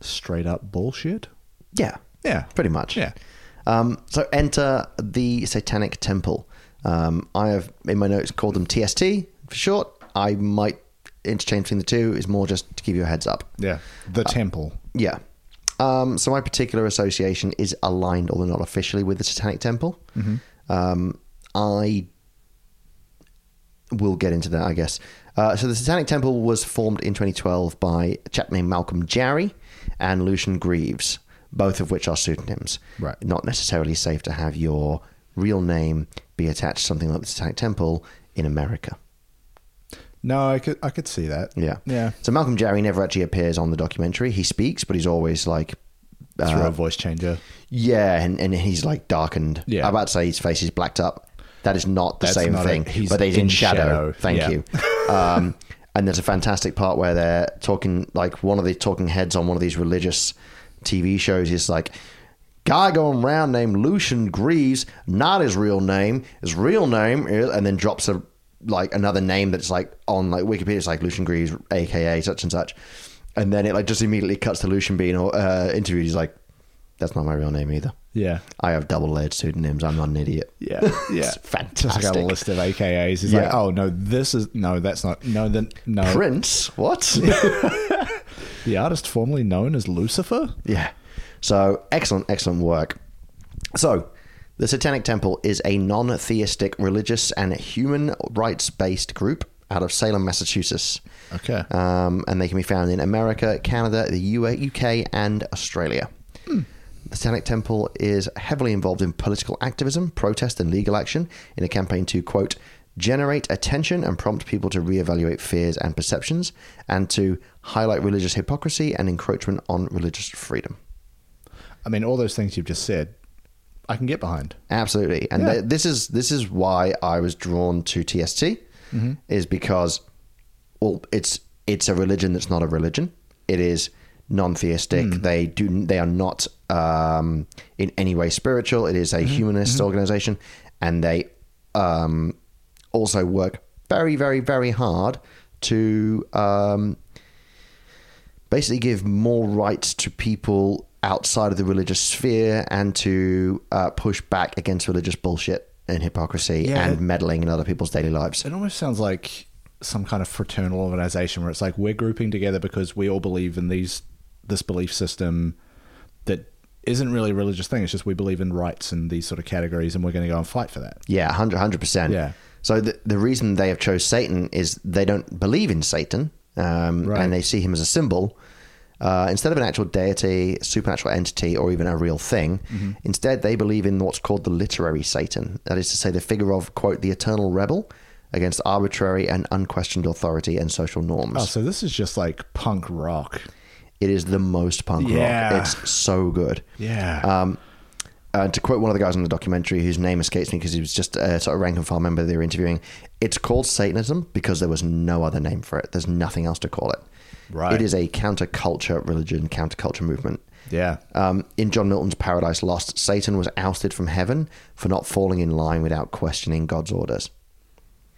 B: Straight up bullshit.
A: Yeah,
B: Yeah.
A: pretty much.
B: Yeah.
A: Um, so enter the Satanic Temple. Um, I have in my notes called them TST for short. I might interchange between the two. It's more just to give you a heads up.
B: Yeah. The temple.
A: Yeah. Um, so my particular association is aligned, although not officially, with the Satanic Temple.
B: Mm-hmm.
A: Um, I will get into that, I guess. Uh, so the Satanic Temple was formed in 2012 by a chap named Malcolm Jarry and Lucian Greaves, both of which are pseudonyms.
B: Right.
A: Not necessarily safe to have your real name be attached to something like the Satanic Temple in America.
B: No, I could I could see that.
A: Yeah.
B: Yeah.
A: So Malcolm Jarry never actually appears on the documentary. He speaks, but he's always like
B: Through a voice changer.
A: Yeah, and, and he's like darkened.
B: Yeah.
A: I'm about to say his face is blacked up. That is not the
B: That's
A: same
B: not
A: thing.
B: it. He's
A: but he's in,
B: in
A: shadow.
B: shadow.
A: Thank
B: Yeah.
A: you. Um, and there's a fantastic part where they're talking, like one of the talking heads on one of these religious TV shows is like, guy going round named Lucian Greaves, not his real name. His real name is, and then drops a like another name that's like on like Wikipedia. It's like Lucian Greaves, aka such and such. And then it like just immediately cuts to Lucian being uh, interviewed. He's like, that's not my real name either.
B: Yeah.
A: I have double edged pseudonyms. I'm not an idiot.
B: Yeah. <laughs> Yeah.
A: It's
B: Just like a
A: fantastic.
B: list of AKAs. It's like,
A: Yeah.
B: oh no, this is no, that's not no then no
A: Prince? What?
B: the artist formerly known as Lucifer?
A: yeah. So excellent, excellent work. So the Satanic Temple is a non theistic religious and human rights based group out of Salem, Massachusetts.
B: Okay.
A: Um, and they can be found in America, Canada, the U- UK, and Australia. The Satanic Temple is heavily involved in political activism, protest, and legal action in a campaign to, quote, generate attention and prompt people to reevaluate fears and perceptions, and to highlight religious hypocrisy and encroachment on religious freedom.
B: I mean all those things you've just said, I can get behind.
A: Absolutely, and
B: Yeah.
A: th- this is this is why I was drawn to TST, is because, well, it's it's a religion that's not a religion. It is non-theistic. They do they are not um, in any way spiritual. It is a humanist organization, and they um, also work very very very hard to um, basically give more rights to people outside of the religious sphere and to uh, push back against religious bullshit and hypocrisy
B: Yeah.
A: and meddling in other people's daily lives.
B: It almost sounds like some kind of fraternal organization where it's like we're grouping together because we all believe in these this belief system that isn't really a religious thing. It's just we believe in rights and these sort of categories, and we're going to go and fight for that.
A: Yeah, 100 percent.
B: Yeah.
A: So the the reason they have chose Satan is they don't believe in Satan. um,
B: Right.
A: and they see him as a symbol uh, instead of an actual deity, supernatural entity, or even a real thing.
B: Mm-hmm.
A: Instead, they believe in what's called the literary Satan. That is to say, the figure of quote the eternal rebel against arbitrary and unquestioned authority and social norms.
B: Oh, so this is just like punk rock.
A: It is the most punk
B: Yeah.
A: rock. It's so good.
B: Yeah.
A: Um, uh, to quote one of the guys in the documentary, whose name escapes me because he was just a sort of rank and file member they were interviewing, it's called Satanism because there was no other name for it. There's nothing else to call it.
B: Right.
A: It is a counterculture religion, counterculture movement.
B: yeah.
A: Um, in John Milton's Paradise Lost, Satan was ousted from heaven for not falling in line without questioning God's orders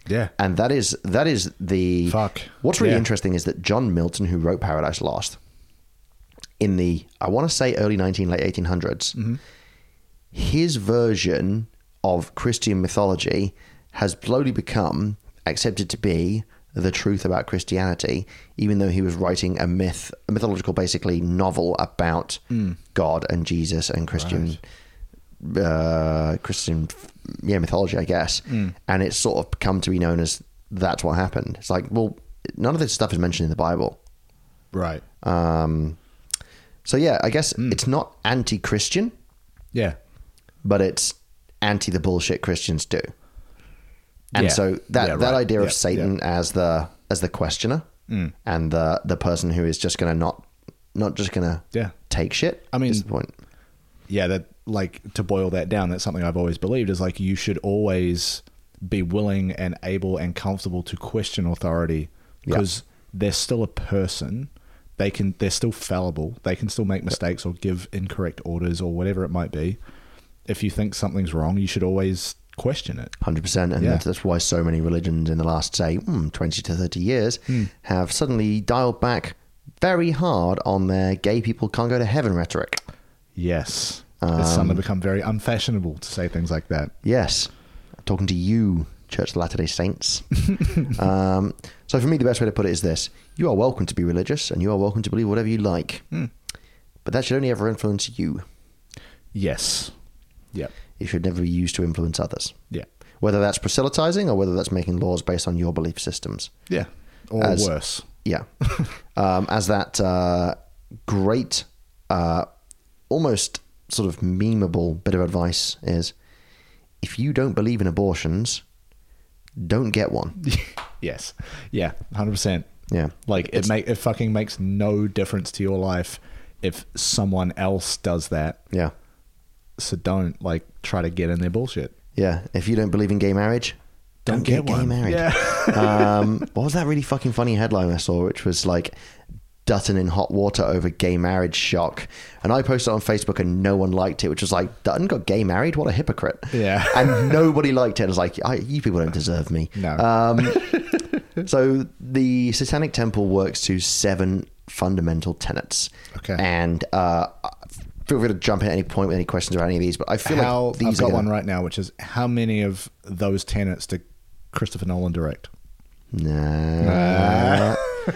B: Yeah.
A: and that is that is the
B: Fuck.
A: What's really
B: Yeah.
A: interesting is that John Milton, who wrote Paradise Lost, in the I want to say early nineteen late eighteen
B: Mm-hmm.
A: his version of Christian mythology has slowly become accepted to be the truth about Christianity, even though he was writing a myth, a mythological basically novel about
B: Mm.
A: God and Jesus and Christian uh, Christian yeah mythology, I guess,
B: Mm.
A: and it's sort of come to be known as that's what happened. It's like, well, none of this stuff is mentioned in the Bible.
B: Right.
A: Um, so yeah, I guess
B: Mm.
A: it's not anti-Christian,
B: Yeah.
A: but it's anti the bullshit Christians do. And
B: Yeah.
A: so that
B: Yeah,
A: that
B: right.
A: idea
B: Yeah, Mm.
A: of Satan as the as the questioner and the the person who is just gonna not not just gonna
B: Yeah.
A: take shit.
B: I mean-
A: is the point.
B: yeah, that like to boil that down, that's something I've always believed is like you should always be willing and able and comfortable to question authority
A: Yeah.
B: because they're still a person. They can they're still fallible. They can still make mistakes or give incorrect orders or whatever it might be. If you think something's wrong, you should always question it.
A: Hundred percent, and
B: Yeah.
A: that's, that's why so many religions in the last say hmm, twenty to thirty years
B: Hmm.
A: have suddenly dialed back very hard on their "gay people can't go to heaven" rhetoric.
B: Yes. Um, it's suddenly become very unfashionable to say things like that.
A: Yes, I'm talking to you, Church of Latter Day
B: <laughs>
A: Saints. um, so for me, the best way to put it is this: you are welcome to be religious, and you are welcome to believe whatever you like,
B: Hmm.
A: but that should only ever influence you.
B: Yes. Yep.
A: It should never be used to influence others,
B: Yeah.
A: whether that's proselytizing or whether that's making laws based on your belief systems.
B: Yeah. Or
A: As-
B: <laughs> worse.
A: Yeah. <laughs> um, as that uh, great, uh, almost sort of memeable bit of advice is if you don't believe in abortions, don't get one.
B: yes. Yeah. Hundred percent.
A: Yeah.
B: Like it make it fucking makes no difference to your life if someone else does that.
A: Yeah.
B: So don't like try to get in their bullshit.
A: Yeah. If you don't believe in gay marriage, don't, get, gay married.
B: Yeah.
A: <laughs> um, what was that really fucking funny headline I saw, which was like Dutton in hot water over gay marriage shock. And I posted it on Facebook and no one liked it, which was like, Dutton got gay married? What a hypocrite.
B: Yeah.
A: <laughs> and nobody liked it. It was like, I, you people don't deserve me.
B: No. <laughs>
A: Um, so the Satanic Temple works to seven fundamental tenets.
B: Okay.
A: And uh, feel free to jump in at any point with any questions about any of these, but I feel
B: how
A: like these
B: I've
A: are
B: got
A: gonna-
B: one right now, which is how many of those tenets did Christopher Nolan direct?
A: Nah.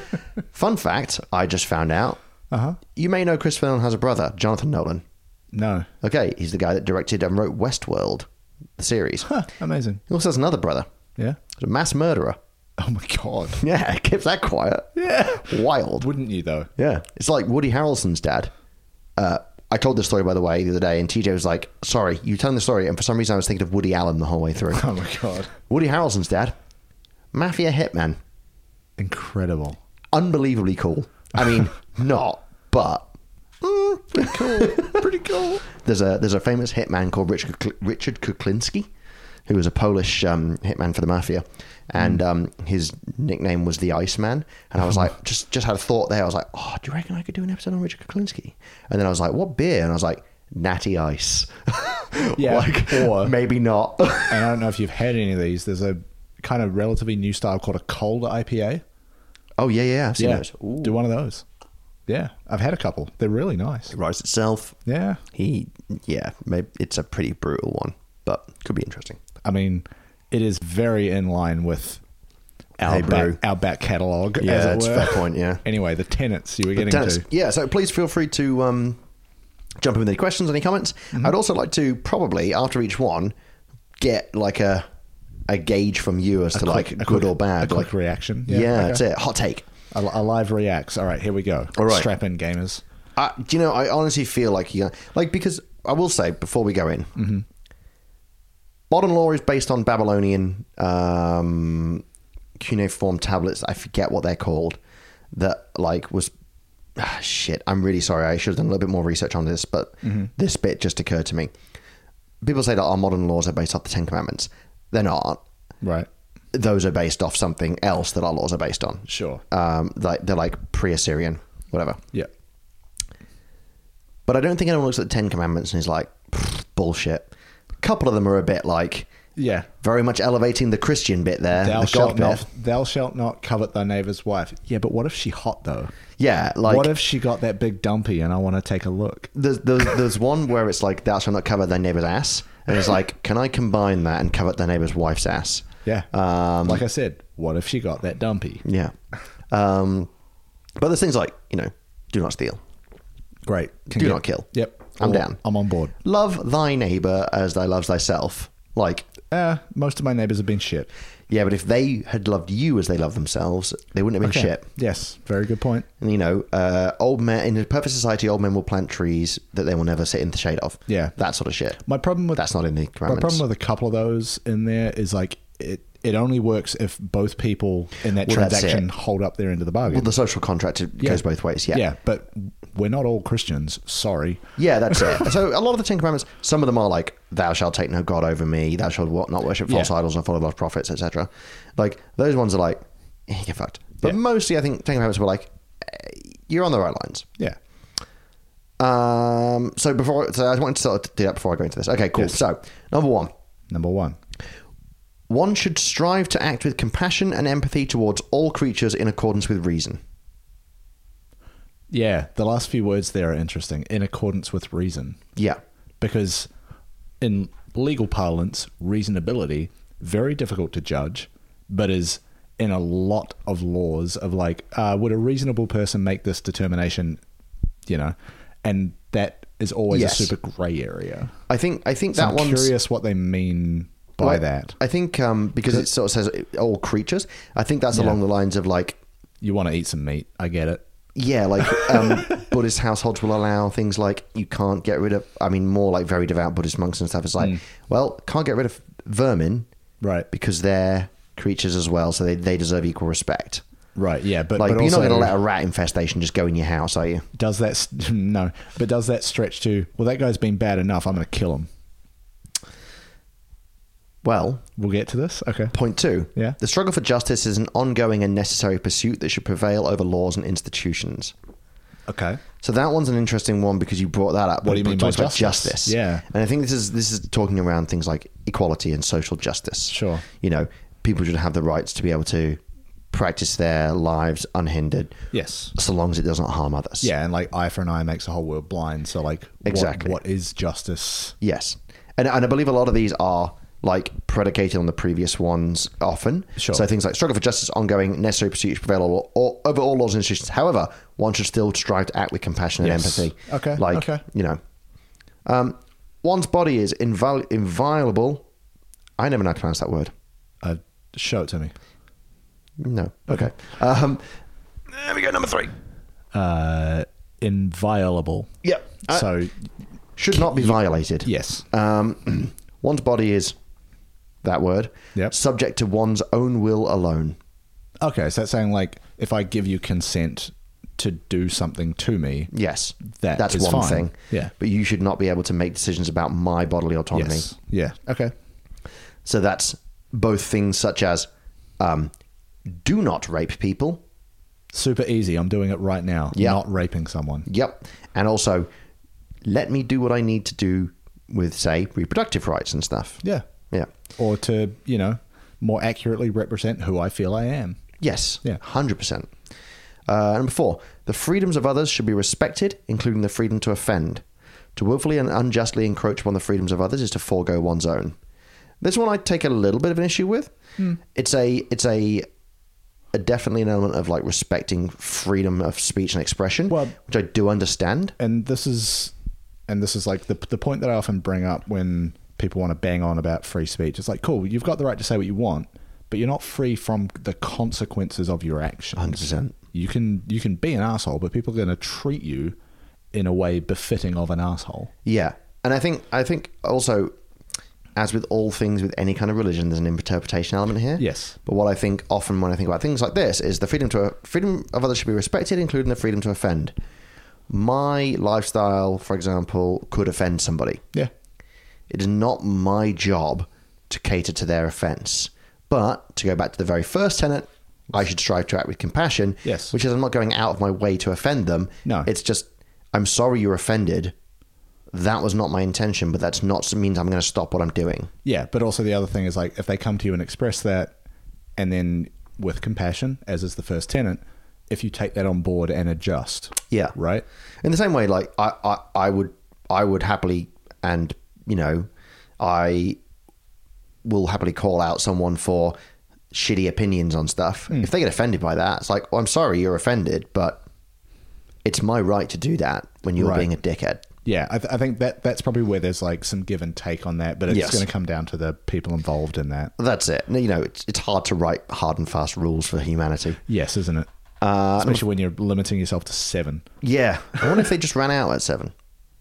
A: <laughs> Fun fact I just found out.
B: Uh huh.
A: You may know Christopher Nolan has a brother, Jonathan Nolan.
B: No.
A: Okay, he's the guy that directed and wrote Westworld, the series.
B: Huh, amazing.
A: He also has another brother,
B: Yeah.
A: He's a mass murderer. <laughs>
B: Oh my god.
A: Yeah, keeps that quiet.
B: <laughs> Yeah.
A: Wild.
B: Wouldn't you though?
A: Yeah. It's like Woody Harrelson's dad. Uh, I told this story, by the way, the other day, and TJ was like, sorry, you telling the story, and for some reason I was thinking of Woody Allen the whole way <laughs> through.
B: Oh my god.
A: Woody Harrelson's dad, mafia hitman.
B: Incredible.
A: Unbelievably cool. I <laughs> mean, not, but
B: Pretty cool.
A: there's a there's a famous hitman called Richard Kukl- Richard Kuklinski, who was a Polish um, hitman for the mafia,
B: Hmm.
A: and um, his nickname was the Iceman. And I
B: <laughs>
A: was like, just just had a thought there. I was like, oh, do you reckon I could do an episode on Richard Kuklinski? And then I was like, what beer? And I was like, Natty Ice. <laughs>
B: Yeah,
A: like,
B: or-
A: maybe not. <laughs>
B: and I don't know if you've had any of these. There's a kind of relatively new style called a cold IPA.
A: oh yeah, yeah, I've seen
B: Yeah,
A: those. Ooh.
B: do one of those. Yeah, I've had a couple. They're really nice.
A: Rise itself.
B: Yeah,
A: He, yeah, maybe it's a pretty brutal one, but could be interesting.
B: I mean, it is very in line with our
A: Hey,
B: back,
A: brew.
B: our back catalog.
A: Yeah,
B: as it
A: that's a
B: were.
A: fair point, yeah.
B: Anyway, the tenants you were getting
A: Dennis,
B: to.
A: Yeah, so please feel free to um, jump in with any questions, any comments.
B: Mm-hmm.
A: I'd also like to probably after each one get like a a gauge from you as to
B: quick-
A: like
B: a
A: good
B: quick-
A: or bad,
B: a quick
A: like
B: reaction.
A: Yeah,
B: Yeah, okay.
A: that's it. Hot take.
B: A, a live reacts. All right, here we go.
A: All right.
B: Strap in, gamers.
A: I, do you know, I honestly feel like you like because I will say before we go in,
B: Mm-hmm.
A: modern law is based on Babylonian um, cuneiform tablets. I forget what they're called. That like was ah, shit. I'm really sorry. I should have done a little bit more research on this, but
B: Mm-hmm.
A: this bit just occurred to me. People say that our modern laws are based off the Ten Commandments. They're not.
B: Right.
A: Those are based off something else that our laws are based on.
B: Sure.
A: Um, like they're like pre-Assyrian, whatever.
B: Yeah.
A: But I don't think anyone looks at the Ten Commandments and is like, "Pfft, bullshit. A couple of them are a bit like
B: Yeah.
A: very much elevating the Christian bit there,
B: Thou
A: the God
B: shalt
A: bit.
B: not. Thou shalt not covet thy neighbor's wife. Yeah, but what if she hot though?
A: Yeah, like
B: what if she got that big dumpy and I want to take a look?
A: there's, there's there's one where it's like, thou shalt not cover thy neighbor's ass, and it's like, can I combine that and covet thy neighbor's wife's ass?
B: Yeah.
A: Um,
B: like I said, what if she got that dumpy?
A: yeah. Um, but there's things like you know, do not steal,
B: Great. Can
A: do
B: get-
A: not kill.
B: Yep.
A: I'm
B: Or-
A: down.
B: I'm on board.
A: Love thy neighbor as thou loves thyself. Like,
B: Uh, most of my neighbors have been shit.
A: yeah, but if they had loved you as they love themselves, they wouldn't have been
B: Okay.
A: shit.
B: Yes. Very good point.
A: And, you know, uh, old men in a perfect society, old men will plant trees that they will never sit in the shade of.
B: Yeah.
A: that sort of shit.
B: My problem with
A: That's not in the
B: my
A: commandments.
B: problem with a couple of those in there is like it. It only works if both people in that
A: Well, that's it.
B: transaction hold up their end of the bargain.
A: well, the social contract it
B: Yeah.
A: goes both ways. Yeah.
B: yeah, but we're not all Christians. Sorry.
A: Yeah, that's
B: <laughs>
A: it. So a lot of the Ten Commandments, some of them are like, "Thou shalt take no god over me," "Thou shalt wo- not worship false
B: Yeah.
A: idols and follow lost prophets," etc. Like those ones are like, "Eh, "Get fucked." But
B: Yeah.
A: mostly, I think Ten Commandments were like, eh, "You're on the right lines."
B: Yeah.
A: Um, so before, so I wanted to sort of do that before I go into this. Okay, cool.
B: Yes.
A: So number one,
B: Number one.
A: One should strive to act with compassion and empathy towards all creatures in accordance with reason.
B: Yeah, the last few words there are interesting. In accordance with reason,
A: Yeah.
B: because in legal parlance, reasonability very difficult to judge, but is in a lot of laws of like, uh, would a reasonable person make this determination? You know, and that is always
A: Yes.
B: a super grey area.
A: I think I think
B: So
A: that
B: I'm
A: one's
B: curious what they mean by
A: Well,
B: that.
A: I think um, because it sort of says all creatures. I think that's along the lines of like
B: You want to eat some meat? I get it.
A: yeah, like
B: <laughs>
A: um, Buddhist households will allow things like you can't get rid of. I mean, more like very devout Buddhist monks and stuff. It's like well, can't get rid of vermin,
B: Hmm. Right.
A: Because they're creatures as well, so they they deserve equal respect.
B: Right. Yeah. But
A: Like
B: but
A: but you're
B: also,
A: not going to let a rat infestation just go in your house, are you?
B: does that s- <laughs> no? But does that stretch to well? That guy's been bad enough. I'm going to kill him.
A: Well,
B: We'll get to this. Okay.
A: Point two.
B: Yeah.
A: The struggle for justice is an ongoing and necessary pursuit that should prevail over laws and institutions.
B: Okay.
A: So that one's an interesting one because you brought that up.
B: What do you
A: when
B: mean
A: talks
B: by
A: about
B: justice? Yeah.
A: And I think this is this is talking around things like equality and social justice.
B: Sure.
A: You know, people should have the rights to be able to practice their lives unhindered.
B: Yes.
A: So long as it does not harm others.
B: Yeah, and like eye for an eye makes the whole world blind. So like, what-
A: Exactly.
B: what is justice?
A: Yes. And, and I believe a lot of these are like predicated on the previous ones often.
B: Sure.
A: So things like struggle for justice, ongoing, necessary pursuits prevail all, all, over all laws and institutions. However, one should still strive to act with compassion and
B: Yes.
A: empathy.
B: Okay,
A: Like,
B: okay.
A: you know, um, one's body is inviol- inviolable. I never know how to pronounce that word.
B: Uh, show it to me.
A: No. Okay. Um, there we go. Number three.
B: Uh, inviolable.
A: Yep. Uh,
B: so
A: should not be violated.
B: yes,
A: Um, <clears throat> one's body is that word.
B: Yep.
A: Subject to one's own will alone.
B: okay. So that's saying like, if I give you consent to do something to me,
A: Yes,
B: That
A: that's
B: is
A: one
B: fine.
A: thing.
B: Yeah.
A: but you should not be able to make decisions about my bodily autonomy.
B: yes, yeah, okay,
A: So that's both things such as um, do not rape people.
B: super easy. I'm doing it right now.
A: Yeah.
B: not raping someone.
A: Yep, and also let me do what I need to do with, say, reproductive rights and stuff.
B: Yeah,
A: Yeah.
B: or to you know more accurately represent who I feel I am.
A: Yes.
B: Yeah.
A: Hundred percent. Uh, number four, the freedoms of others should be respected, including the freedom to offend. To willfully and unjustly encroach upon the freedoms of others is to forego one's own. This one I take a little bit of an issue with.
B: Hmm.
A: It's a it's a, a definitely an element of like respecting freedom of speech and expression,
B: Well-
A: which I do understand.
B: and this is and this is like the the point that I often bring up when people want to bang on about free speech. It's like, cool, you've got the right to say what you want, but you're not free from the consequences of your actions.
A: Hundred percent.
B: you can you can be an asshole, but people are going to treat you in a way befitting of an asshole.
A: Yeah, and I think I think also, as with all things with any kind of religion, there's an interpretation element here.
B: Yes.
A: But what I think often when I think about things like this is the freedom to freedom of others should be respected, including the freedom to offend. My lifestyle, for example, could offend somebody.
B: Yeah.
A: It is not my job to cater to their offence. But to go back to the very first tenet, I should strive to act with compassion.
B: Yes.
A: Which is I'm not going out of my way to offend them.
B: No.
A: It's just I'm sorry you're offended. That was not my intention, but that's not means I'm going to stop what I'm doing.
B: Yeah, but also the other thing is like if they come to you and express that, and then with compassion, as is the first tenant, if you take that on board and adjust,
A: Yeah.
B: right?
A: In the same way, like I, I, I would, I would happily, and you know, I will happily call out someone for shitty opinions on stuff. If they get offended by that, it's like, well, I'm sorry, you're offended, but it's my right to do that when you're
B: Right.
A: being a dickhead.
B: Yeah, I, th- I think that that's probably where there's like some give and take on that, but it's
A: Yes.
B: going to come down to the people involved in that.
A: That's it. You know, it's, it's hard to write hard and fast rules for humanity.
B: Yes, isn't it?
A: Uh,
B: Especially when you're limiting yourself to seven.
A: yeah. I wonder if they just ran out at seven.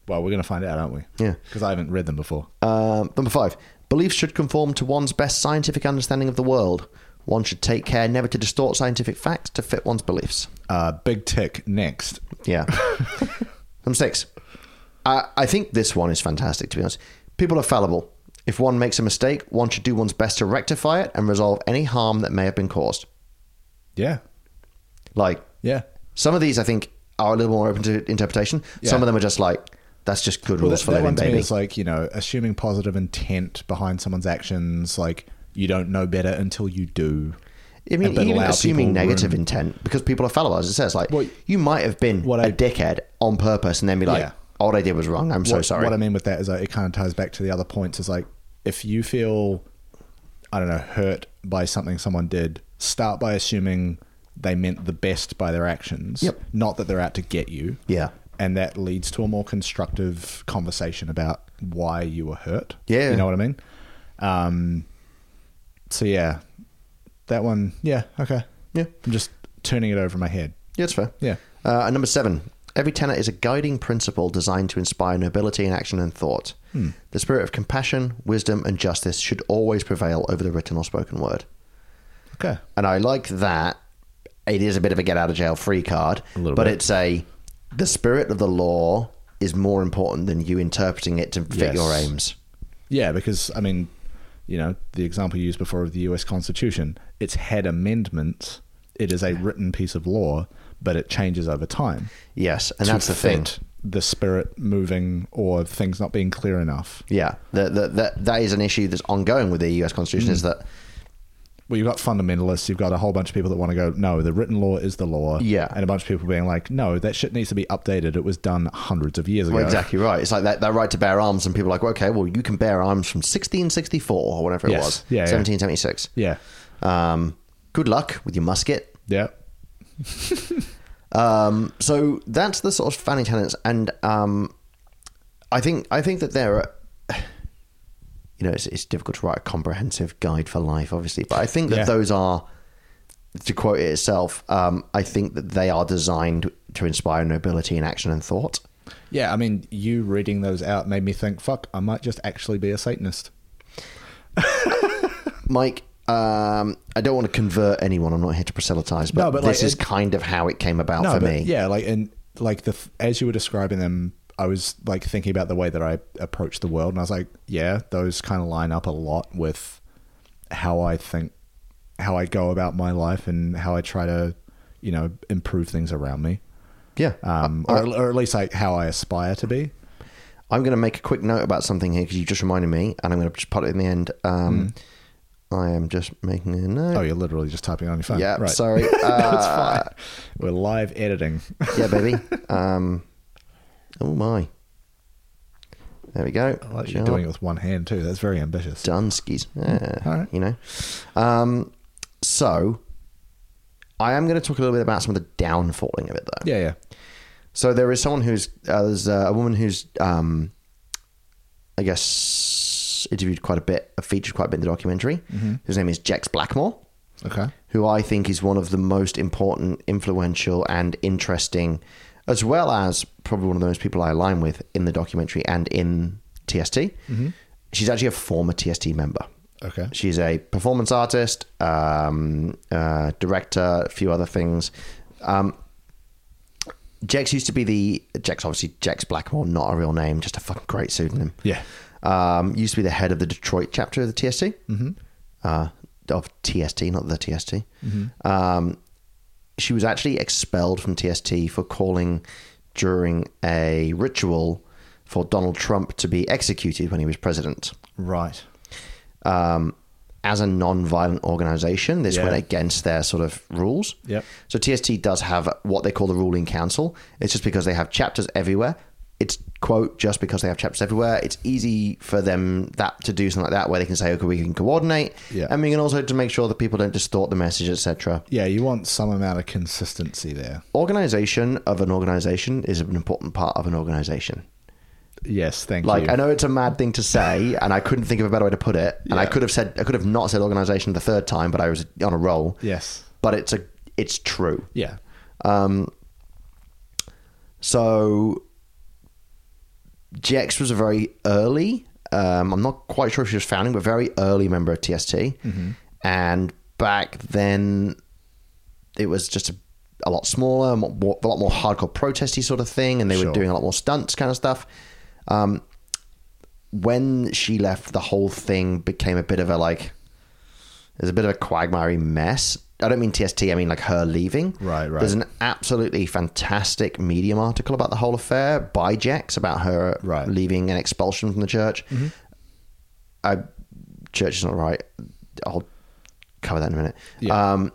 B: Well, we're going to find out, aren't we?
A: Yeah.
B: Because I haven't read them before.
A: Um, number five, beliefs should conform to one's best scientific understanding of the world. One should take care never to distort scientific facts to fit one's beliefs.
B: Uh, big tick next. <laughs>
A: Yeah. number six, I, I think this one is fantastic, to be honest. People are fallible. If one makes a mistake, one should do one's best to rectify it and resolve any harm that may have been caused.
B: Yeah.
A: Like,
B: Yeah.
A: some of these I think are a little more open to interpretation.
B: Yeah.
A: Some of them are just like, that's just good
B: Well,
A: rules
B: that,
A: for
B: that
A: living,
B: one to me
A: baby.
B: is like, you know, assuming positive intent behind someone's actions, like you don't know better until you do.
A: I mean,
B: but
A: even
B: allow
A: assuming
B: people
A: negative
B: room.
A: intent, because people are fallible, as it says, like
B: What-
A: you might have been
B: what
A: a
B: I-
A: dickhead on purpose, and then be like,
B: Yeah.
A: "All I did was wrong. I'm so
B: what,
A: sorry."
B: What I mean with that is like, it kind of ties back to the other points. Is like if you feel, I don't know, hurt by something someone did, start by assuming they meant the best by their actions,
A: Yep.
B: not that they're out to get you.
A: Yeah.
B: and that leads to a more constructive conversation about why you were hurt.
A: Yeah.
B: you know what I mean. Um, so yeah, that one. Yeah, okay.
A: Yeah.
B: I'm just turning it over in my head.
A: yeah, it's fair.
B: Yeah.
A: Uh, and number seven, every tenet is a guiding principle designed to inspire nobility in action and thought.
B: Hmm.
A: The spirit of compassion, wisdom, and justice should always prevail over the written or spoken word.
B: Okay.
A: and I like that. It is a bit of a get out of jail free card,
B: A little
A: but
B: bit.
A: it's a the spirit of the law is more important than you interpreting it to fit
B: Yes.
A: your aims.
B: Yeah, because I mean, you know, the example you used before of the U.S. Constitution, it's had amendments. It is a written piece of law, but it changes over time.
A: Yes, and
B: to
A: that's the thing.
B: fit The spirit moving or things not being clear enough.
A: Yeah, that that that that is an issue that's ongoing with the U.S. Constitution.
B: Mm.
A: Is that
B: Well, you've got fundamentalists. You've got a whole bunch of people that want to go, no, the written law is the law.
A: Yeah.
B: And a bunch of people being like, no, that shit needs to be updated. It was done hundreds of years ago.
A: well, exactly right? It's like that, that right to bear arms, and people are like, okay, well, you can bear arms from 1664 or whatever it
B: Yes.
A: was,
B: Yeah, yeah.
A: 1776.
B: Yeah.
A: Um, good luck with your musket.
B: Yeah.
A: Um, so that's the sort of founding tenets, and um, I think I think that there are. You know, it's, it's difficult to write a comprehensive guide for life, obviously, but I think that
B: Yeah.
A: those are, to quote it itself, um, I think that they are designed to inspire nobility in action and thought.
B: Yeah. I mean, you reading those out made me think, fuck, I might just actually be a Satanist.
A: Mike, um, I don't want to convert anyone. I'm not here to proselytize, but,
B: No, but, like,
A: this is
B: it-
A: kind of how it came about for
B: but
A: me.
B: Yeah, like and like the f- as you were describing them, I was like thinking about the way that I approach the world, and I was like, yeah, those kind of line up a lot with how I think, how I go about my life, and how I try to, you know, improve things around me,
A: Yeah.
B: um,
A: Uh,
B: or, or at least like how I aspire to be.
A: I'm going to make a quick note about something here because you just reminded me, and I'm going to just put it in the end. Um, I am just making a note.
B: Mm. Oh, you're literally just typing on your phone.
A: yeah,
B: right.
A: sorry.
B: <laughs> That's
A: Uh,
B: fine. We're live editing. <laughs>
A: yeah, baby. Um, oh my. There we go.
B: I like you doing it with one hand too. That's very ambitious.
A: Dunskies. Yeah,
B: All right.
A: You know. Um, so, I am going to talk a little bit about some of the downfalling of it, though.
B: Yeah, yeah.
A: So there is someone who's uh, there's uh, a woman who's um, I guess interviewed quite a bit, featured quite a bit in the documentary. Whose name is Jex Blackmore,
B: Okay.
A: who I think is one of the most important, influential, and interesting, as well as probably one of the most people I align with in the documentary and in TST. She's actually a former TST member.
B: Okay.
A: She's a performance artist, um, uh, director, a few other things. Um, Jex used to be the Jex, obviously Jex Blackmore, not a real name, just a fucking great pseudonym.
B: Yeah.
A: Um, used to be the head of the Detroit chapter of the TST, mm-hmm. uh, of TST, not the TST. Um, she was actually expelled from TST for calling during a ritual for Donald Trump to be executed when he was president.
B: Right.
A: Um, as a non-violent organization, this
B: Yeah.
A: went against their sort of rules.
B: Yep.
A: So TST does have what they call the ruling council. It's just because they have chapters everywhere. It's quote just because they have chapters everywhere. It's easy for them that to do something like that where they can say, okay, we can coordinate,
B: Yeah.
A: and we can also to make sure that people don't distort the message, etc.
B: Yeah, you want some amount of consistency there.
A: Organization of an organization is an important part of an organization.
B: Yes, thank
A: Like
B: you.
A: I know it's a mad thing to say, and I couldn't think of a better way to put it. And I
B: Yeah.
A: could have said I could have not said organization the third time, but I was on a roll.
B: Yes.
A: But it's a it's true.
B: Yeah.
A: So Jex was a very early. Um, I'm not quite sure if she was founding, but very early member of TST.
B: Mm-hmm.
A: And back then, it was just a, a lot smaller, mo- mo- a lot more hardcore protesty sort of thing, and they
B: Sure.
A: were doing a lot more stunts kind of stuff. Um, when she left, the whole thing became a bit of a like. There's a bit of a quagmire mess. I don't mean TST. I mean like her leaving.
B: Right, right.
A: There's an absolutely fantastic Medium article about the whole affair by Jex about her
B: Right. Mm-hmm.
A: leaving and expulsion from the church. I, church is not right. I'll cover that in a minute.
B: Yeah.
A: Um,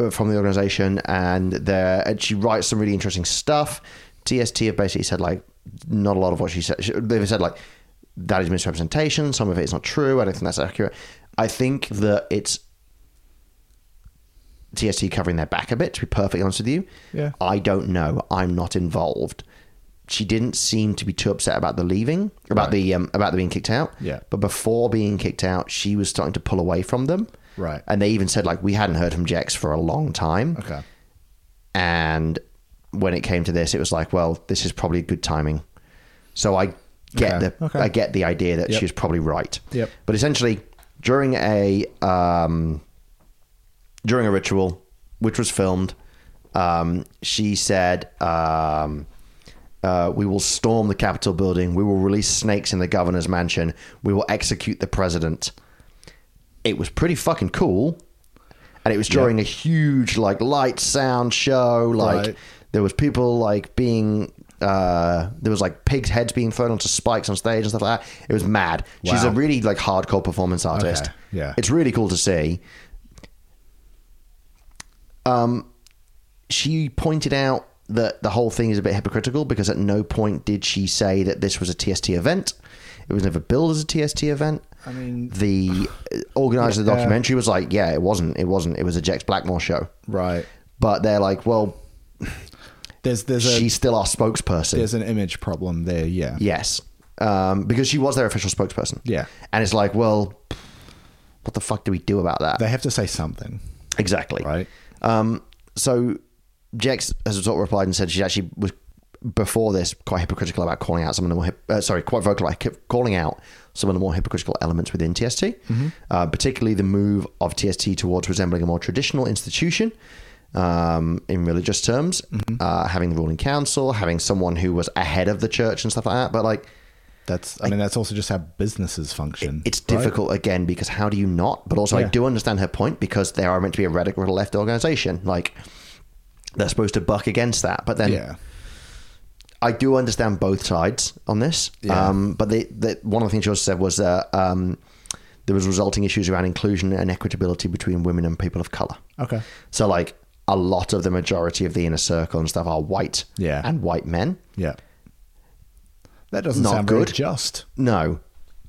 A: uh, from the organization, and there and she writes some really interesting stuff. TST have basically said like not a lot of what she said. she- They've said like that is misrepresentation. Some of it is not true. I don't think that's accurate. I think that it's TST covering their back a bit, to be perfectly honest with you.
B: Yeah.
A: I don't know. I'm not involved. She didn't seem to be too upset about the leaving, about
B: Right.
A: the um, about the being kicked out.
B: Yeah.
A: But before being kicked out, she was starting to pull away from them.
B: Right.
A: And they even said like we hadn't heard from Jex for a long time.
B: Okay.
A: And when it came to this, it was like, well, this is probably good timing. So I get
B: Okay.
A: the
B: Okay.
A: I get the idea that
B: Yep.
A: she was probably right.
B: Yep.
A: But essentially, during a um, during a ritual which was filmed, um, she said, um, uh, "We will storm the Capitol building. We will release snakes in the governor's mansion. We will execute the president." It was pretty fucking cool, and it was during a huge like light sound show. Like
B: Right.
A: there was people like being. Uh, there was like pigs' heads being thrown onto spikes on stage and stuff like that. It was mad. She's
B: Wow.
A: a really like hardcore performance artist.
B: Okay, yeah.
A: it's really cool to see. Um, she pointed out that the whole thing is a bit hypocritical because at no point did she say that this was a TST event. It was never billed as a TST event.
B: I mean-
A: the organizer of the
B: Yeah.
A: documentary was like, "Yeah, it wasn't. It wasn't. It was a Jex Blackmore show."
B: Right.
A: But they're like, "Well,
B: There's there's a
A: she's still our spokesperson."
B: there's an image problem there. Yeah.
A: Yes, um, because she was their official spokesperson.
B: Yeah.
A: and it's like, well, what the fuck do we do about that?
B: They have to say something,
A: exactly.
B: right?
A: Um, so Jex has sort of replied and said she actually was before this quite hypocritical about calling out some of the more hip, uh, sorry quite vocal like kept calling out some of the more hypocritical elements within TST, uh, particularly the move of TST towards resembling a more traditional institution um, in religious terms, uh, having the ruling council, having someone who was ahead of the church and stuff like that. But like
B: That's I mean that's also just how businesses function.
A: it's
B: right?
A: difficult again because how do you not? But also, I
B: Yeah.
A: do understand her point because they are meant to be a radical left organization. Like they're supposed to buck against that, but then
B: Yeah.
A: I do understand both sides on this.
B: Yeah.
A: Um, but the, the, one of the things she also said was that um, there was resulting issues around inclusion and equitability between women and people of color.
B: Okay.
A: So like a lot of the majority of the inner circle and stuff are white
B: Yeah.
A: and white men.
B: Yeah. That doesn't
A: Not
B: sound very
A: good.
B: just.
A: No.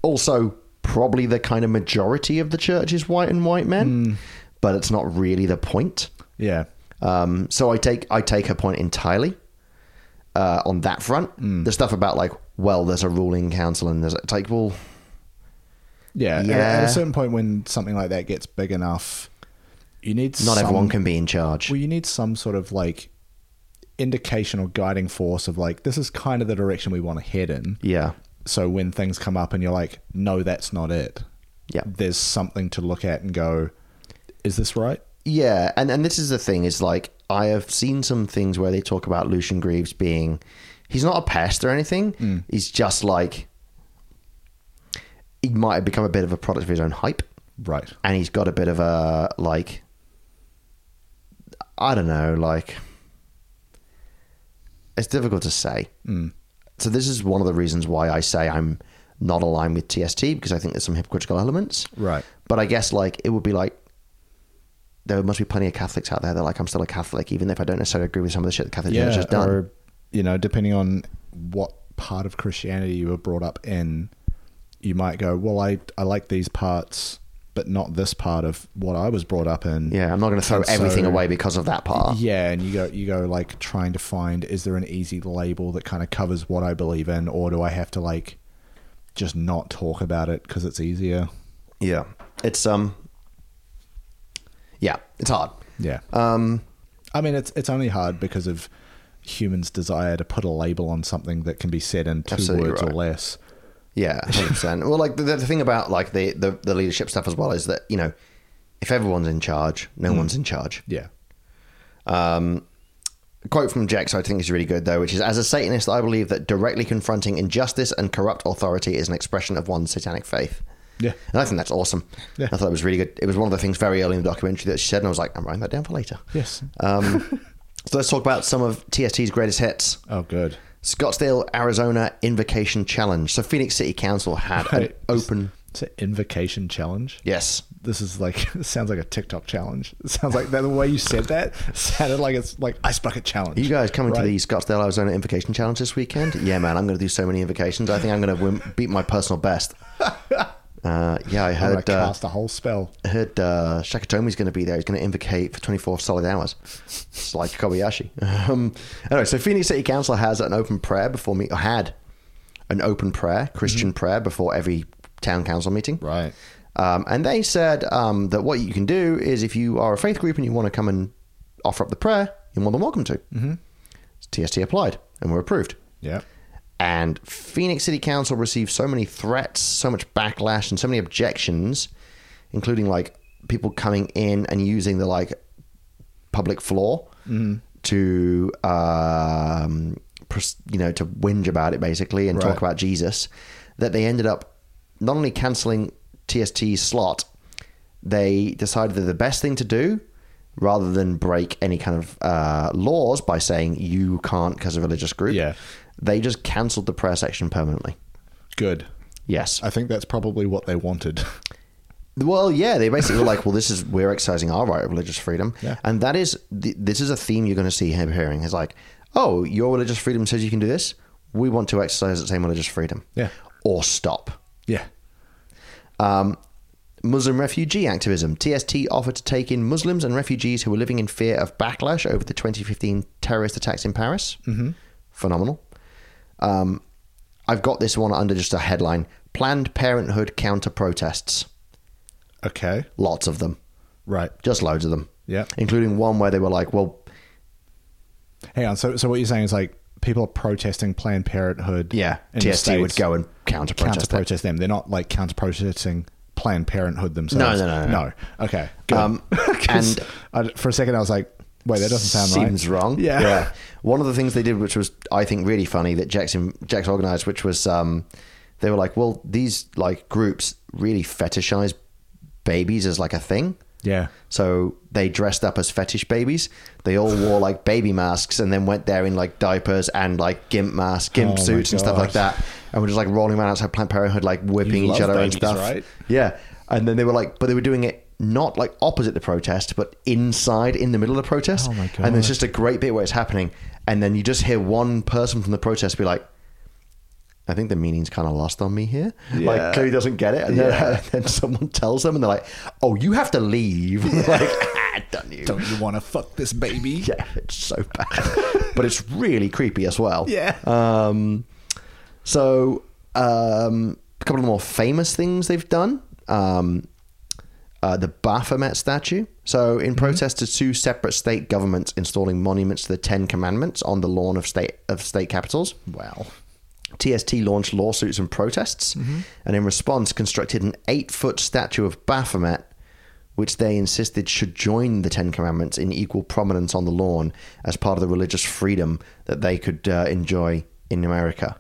A: Also, probably the kind of majority of the church is white and white men, but it's not really the point.
B: Yeah.
A: Um, so I take I take her point entirely uh, on that front. The stuff about like, well, there's a ruling council and there's a, it's like, well,
B: Yeah. and At,
A: Yeah.
B: a certain point, when something like that gets big enough, you need
A: Not
B: some,
A: everyone can be in charge.
B: Well, you need some sort of like indication or guiding force of like this is kind of the direction we want to head in.
A: yeah.
B: So when things come up and you're like, no, that's not it.
A: Yeah.
B: There's something to look at and go, is this right?
A: Yeah, and and this is the thing is like I have seen some things where they talk about Lucian Greaves being he's not a pest or anything. He's just like he might have become a bit of a product of his own hype
B: Right.
A: and he's got a bit of a like I don't know, like it's difficult to say. Mm. So this is one of the reasons why I say I'm not aligned with TST because I think there's some hypocritical elements.
B: Right.
A: But I guess like it would be like there must be plenty of Catholics out there that are like I'm still a Catholic even if I don't necessarily agree with some of the shit the Catholic Church has done.
B: Or, you know, depending on what part of Christianity you were brought up in, you might go, well, I, I like these parts, but not this part of what I was brought up in.
A: yeah, I'm not going to throw
B: And so-
A: everything away because of that part.
B: Yeah, and you go you go like trying to find is there an easy label that kind of covers what I believe in, or do I have to like just not talk about it because it's easier?
A: Yeah. It's um Yeah, it's hard.
B: Yeah,
A: Um
B: I mean it's it's only hard because of humans' desire to put a label on something that can be said in two
A: Absolutely
B: words
A: right.
B: or less.
A: Yeah, hundred percent. Well, like the, the thing about like the, the the leadership stuff as well is that you know, if everyone's in charge, no
B: Hmm.
A: one's in charge.
B: Yeah,
A: A quote from Jex I think is really good though, which is as a Satanist, I believe that directly confronting injustice and corrupt authority is an expression of one's satanic faith.
B: yeah,
A: And I think that's awesome.
B: Yeah.
A: I thought it was really good. It was one of the things very early in the documentary that she said, and I was like, I'm writing that down for later.
B: yes.
A: Um, <laughs> so let's talk about some of TST's greatest hits.
B: oh, good.
A: Scottsdale, Arizona Invocation Challenge. So Phoenix City Council had an
B: Right.
A: open.
B: It's an invocation challenge.
A: Yes,
B: This is like <laughs> this sounds like a TikTok challenge. It sounds like that, the way you said that <laughs> sounded like it's like ice bucket challenge.
A: You guys coming
B: Right.
A: to the Scottsdale, Arizona Invocation Challenge this weekend? Yeah, man, I'm going to do so many invocations. I think I'm going to win, beat my personal
B: <laughs>
A: best. Uh, yeah, I
B: I'm gonna
A: heard uh,
B: cast a whole spell.
A: heard uh, Shakatomi's going to be there. He's going to invocate for 24 solid hours. It's like Kobayashi. <laughs> Um, anyway, so Phoenix City Council has an open prayer before me, or had an open prayer, Christian prayer, before every town council meeting.
B: Mm-hmm. Right.
A: Um, and they said um, that what you can do is if you are a faith group and you want to come and offer up the prayer, you're more than welcome to. Mm-hmm. TST applied and were approved.
B: Yeah.
A: And Phoenix City Council received so many threats, so much backlash, and so many objections, including like people coming in and using the like public floor to, um, pres- you know, to whinge about it basically and talk
B: Right.
A: about Jesus, that they ended up not only canceling TST's slot, they decided that the best thing to do. Rather than break any kind of uh, laws by saying you can't because of a religious group,
B: Yeah.
A: they just cancelled the prayer section permanently.
B: Good.
A: Yes.
B: I think that's probably what
A: <laughs>
B: they wanted.
A: Well, yeah, they basically were like, well, this is we're exercising our right of religious freedom,
B: Yeah.
A: and that is th- this is a theme you're going to see him hearing. It's like, oh, your religious freedom says you can do this. We want to exercise that same religious freedom.
B: Yeah.
A: Or stop.
B: Yeah.
A: Um, Muslim refugee activism. TST offered to take in Muslims and refugees who were living in fear of backlash over the 2015 terrorist attacks in Paris. Mm-hmm. Phenomenal. Um, I've got this one under just a headline Planned Parenthood counter protests.
B: Okay.
A: Lots of them.
B: Right.
A: Just loads of them.
B: Yeah.
A: Including one where they were like, well,
B: Hang on. So, so what you're saying is like people are protesting Planned Parenthood.
A: yeah,
B: in the
A: TST would
B: States.
A: go and counter
B: counter
A: protest.
B: protest them. They're not like counter protesting Planned Parenthood themselves.
A: No, no, no, no.
B: No. Okay. Good.
A: Um,
B: <laughs> 'Cause I, for a second, I was like, wait, that doesn't sound right.
A: seems wrong.
B: Yeah.
A: One of the things they did, which was I think really funny, that Jackson Jackson organized, which was um, they were like, well, these like groups really fetishize babies as like a thing.
B: <laughs> Yeah.
A: So they dressed up as fetish babies. They
B: <sighs>
A: all wore like baby masks and then went there in like diapers and like gimp masks, gimp
B: Oh my
A: suits and stuff
B: God.
A: like that. And were just like rolling around outside Planned Parenthood, like whipping
B: You
A: each
B: love
A: other and
B: babies,
A: stuff.
B: right?
A: Yeah. And then they were like, but they were doing it not like opposite the protest, but inside in the middle of the protest.
B: Oh my
A: And there's
B: God.
A: just a great bit where it's happening. And then you just hear one person from the protest be like, I think the meaning's kind of lost on me here. Like,
B: Yeah.
A: clearly doesn't get it. And then,
B: Yeah.
A: <laughs> then someone tells them, and they're like, "Oh, you have to leave." <laughs> like, ah, done you.
B: Don't you want to fuck this
A: <laughs>
B: baby?
A: Yeah, it's so bad, <laughs> but it's really creepy as well.
B: Yeah.
A: Um, so um, a couple of more famous things they've done. um, uh, the Baphomet statue. So,
B: Mm-hmm.
A: in protest to two separate state governments installing monuments to the Ten Commandments on the lawn of state of state capitals,
B: Wow.
A: TST launched lawsuits and protests, and in response, constructed an eight-foot statue of Baphomet, which they insisted should join the Ten Commandments in equal prominence on the lawn as part of the religious freedom that they could uh, enjoy in America.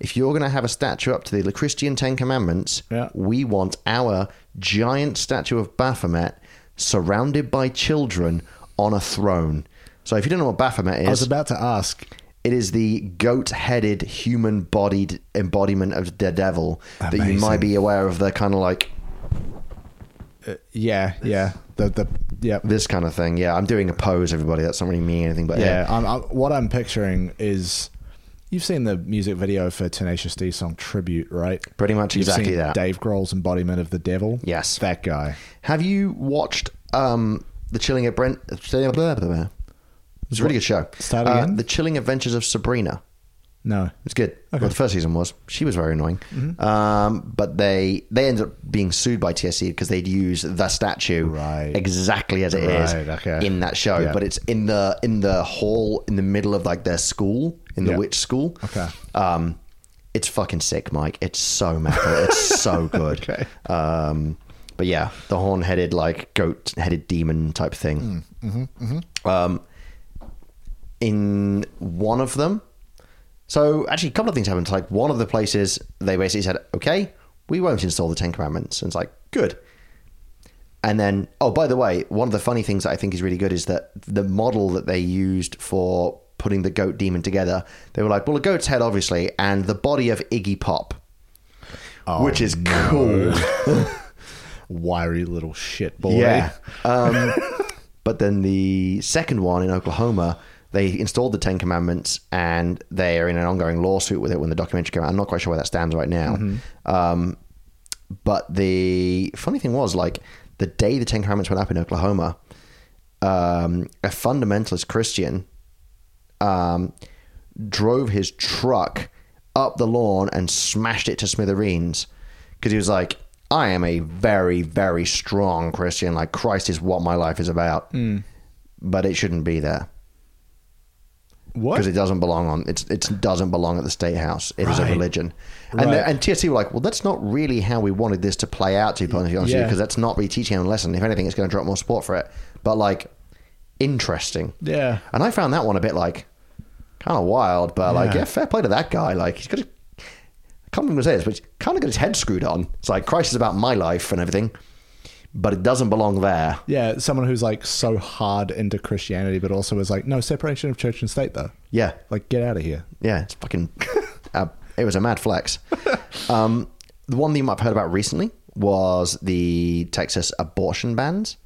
A: If you're going to have a statue up to the Christian Ten Commandments,
B: Yeah.
A: we want our giant statue of Baphomet surrounded by children on a throne. So, if you don't know what Baphomet is,
B: I was about to ask.
A: it is the goat-headed, human-bodied embodiment of the devil that you
B: Amazing.
A: might be aware of. The kind of like
B: Yeah, yeah. The the yeah.
A: this kind of thing. Yeah, I'm doing a pose, everybody. That's not really meaning anything, but
B: yeah, I'm, i what I'm picturing is you've seen the music video for Tenacious D song Tribute, right?
A: pretty much
B: You've
A: exactly
B: seen
A: that.
B: Dave Grohl's embodiment of the devil.
A: Yes.
B: that guy.
A: Have you watched um, the Chilling at Brent? It's a really good show. Uh,
B: Start again?
A: the Chilling Adventures of Sabrina.
B: No,
A: It's good. Well, the first season was. She was very annoying.
B: Mm-hmm.
A: Um, but they they ended up being sued by TSC because they'd use the statue
B: Right.
A: exactly as it is
B: Right, okay.
A: in that show.
B: Yeah.
A: But it's in the in the hall in the middle of like their school in the
B: Yeah.
A: witch school.
B: Okay.
A: Um, it's fucking sick, Mike. It's so metal. It's
B: <laughs>
A: so good.
B: Okay.
A: Um, but yeah, the horn-headed like goat-headed demon type thing.
B: Mm, mm-hmm,
A: Um, in one of them. So actually, a couple of things happened. Like one of the places, they basically said, "Okay, we won't install the Ten Commandments," and it's like, "Good." And then, oh, by the way, one of the funny things that I think is really good is that the model that they used for putting the goat demon together, they were like, "Well, a goat's head, obviously, and the body of Iggy Pop."
B: Oh,
A: which is cool.
B: wiry little shit boy.
A: Yeah. Um, but then the second one in Oklahoma, they installed the Ten Commandments and they are in an ongoing lawsuit with it when the documentary came out. I'm not quite sure where that stands right now. Um, but the funny thing was, like, the day the Ten Commandments went up in Oklahoma, um, a fundamentalist Christian um, drove his truck up the lawn and smashed it to smithereens because he was like, I am a very, very strong Christian. Like, Christ is what my life is about.
B: Mm.
A: But it shouldn't be there
B: What?
A: because it doesn't belong on it's it doesn't belong at the state house. It is a
B: Right.
A: religion, and
B: Right.
A: the- and TSC were like, well, that's not really how we wanted this to play out. To be honest with you,
B: Yeah.
A: because that's not really teaching them a lesson. If anything, it's going to drop more support for it. But like, interesting.
B: yeah.
A: And I found that one a bit like kind of wild, but like,
B: Yeah.
A: yeah, fair play to that guy. Like, he's got his, I can't remember say this, but he's kind of got his head screwed on. It's like, Christ is about my life and everything, but it doesn't belong there.
B: Yeah, someone who's like so hard into Christianity, but also is like, no, separation of church and state, though.
A: Yeah.
B: Like, get out of here.
A: Yeah. It's fucking, <laughs> uh, it was a mad flex. Um, the one thing I've heard about recently was the Texas abortion bans.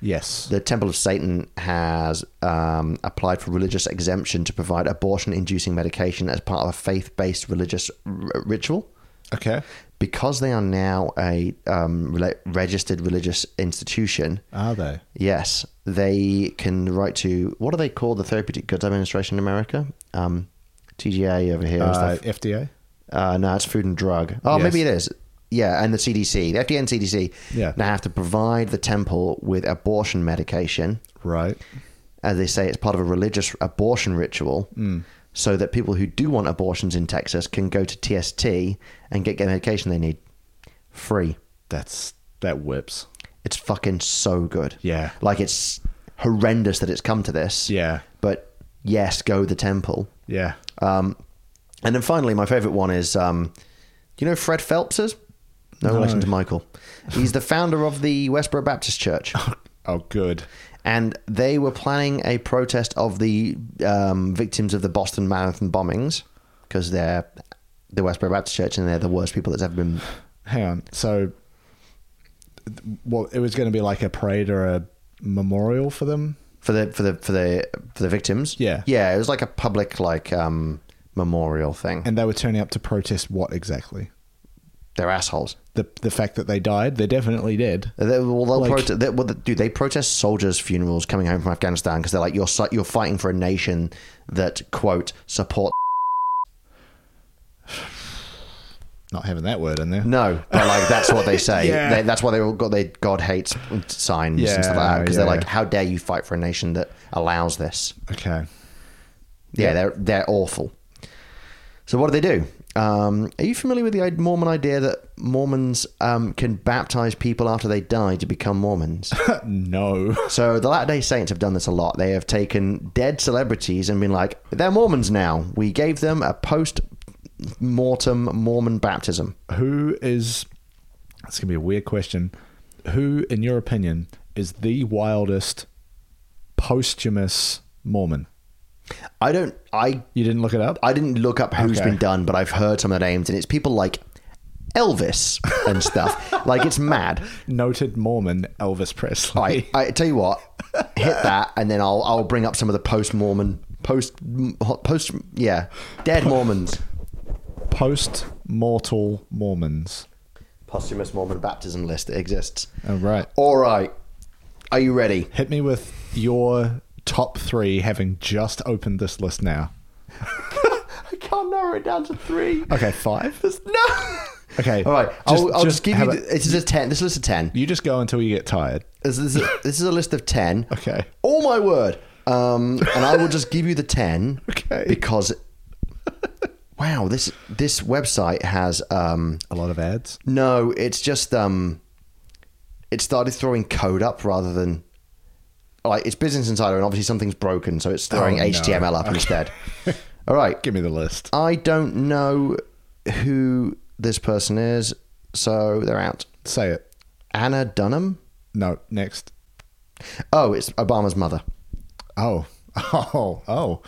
B: Yes.
A: The Temple of Satan has um, applied for religious exemption to provide abortion inducing medication as part of a faith based religious r- ritual.
B: Okay.
A: because they are now a um, rela- registered religious institution.
B: Are they?
A: Yes, they can write to what do they call the Therapeutic Goods Administration in America? Um, TGA over here. and
B: Uh,
A: stuff.
B: FDA?
A: Uh, no, it's Food and Drug. Oh,
B: Yes.
A: maybe it is. Yeah, and the CDC, the FDA and CDC.
B: Yeah.
A: Now have to provide the temple with abortion medication
B: Right.
A: as they say, it's part of a religious abortion ritual,
B: Hmm.
A: so that people who do want abortions in Texas can go to TST and get the medication they need free.
B: That's that whips.
A: It's fucking so good.
B: Yeah.
A: Like it's horrendous that it's come to this.
B: Yeah.
A: But yes, go the temple.
B: Yeah.
A: Um, and then finally, my favorite one is um, you know Fred Phelps is? No,
B: No.
A: relation to Michael. He's the founder of the Westboro Baptist
B: <laughs>
A: Church.
B: Oh, good.
A: and they were planning a protest of the um, victims of the Boston Marathon bombings because they're the Westboro Baptist Church and they're the worst people that's ever been.
B: Hang on. So, well, it was going to be like a parade or a memorial for them.
A: for the for the for the for the victims.
B: Yeah.
A: yeah, it was like a public like um, memorial thing.
B: And they were turning up to protest what exactly?
A: They're assholes.
B: The, the fact that they died? They definitely did.
A: They, well, they'll
B: Like-
A: prote- they, well, they- dude, they protest soldiers' funerals coming home from Afghanistan because they're like you're su- you're fighting for a nation that quote support.
B: not having that word in there.
A: No, but like that's what they say.
B: <laughs> Yeah.
A: they, that's why they all got their God hates signs and stuff like that
B: Yeah,
A: because
B: yeah,
A: they're like,
B: yeah.
A: how dare you fight for a nation that allows this?
B: Okay.
A: Yeah,
B: Yeah.
A: they're they're awful. So what do they do? Um, are you familiar with the i- Mormon idea that Mormons um, can baptize people after they die to become
B: <laughs>
A: Mormons?
B: no. <laughs>
A: so the Latter Day Saints have done this a lot. They have taken dead celebrities and been like, they're Mormons now. We gave them a post mortem Mormon baptism.
B: Who is? It's gonna be a weird question. Who, in your opinion, is the wildest posthumous Mormon?
A: I don't. I
B: You didn't look it up.
A: I didn't look up who's
B: Okay.
A: been done, but I've heard some of the names, and it's people like Elvis and
B: <laughs>
A: stuff. like it's mad.
B: Noted Mormon Elvis Presley. <laughs>
A: I, I tell you what, hit that, and then I'll I'll bring up some of the post Mormon post post yeah dead Mormons
B: Post mortal Mormons.
A: posthumous Mormon baptism list that exists.
B: All right.
A: All right, are you ready?
B: Hit me with your top three, having just opened this list now.
A: I can't narrow it down to three.
B: Okay, <laughs> five.
A: No.
B: Okay,
A: All right. I'll,
B: just-
A: I'll just,
B: just
A: give
B: have
A: you.
B: a-
A: the- This is a ten. This list of ten.
B: You just go until you get tired.
A: This is a, this is a list of ten.
B: <laughs> Okay.
A: Oh my word. Um, and I will just give you the ten.
B: <laughs> Okay.
A: Because. Wow this this website has um,
B: A lot of ads.
A: No, it's just um, it started throwing code up rather than like it's Business Insider, and obviously something's broken, so it's throwing
B: Oh, no.
A: HTML up
B: Okay.
A: instead. All right,
B: Give me the list.
A: I don't know who this person is, so they're out.
B: Say it.
A: Anna Dunham.
B: No, next.
A: Oh, it's Obama's mother.
B: Oh, <laughs> oh, oh.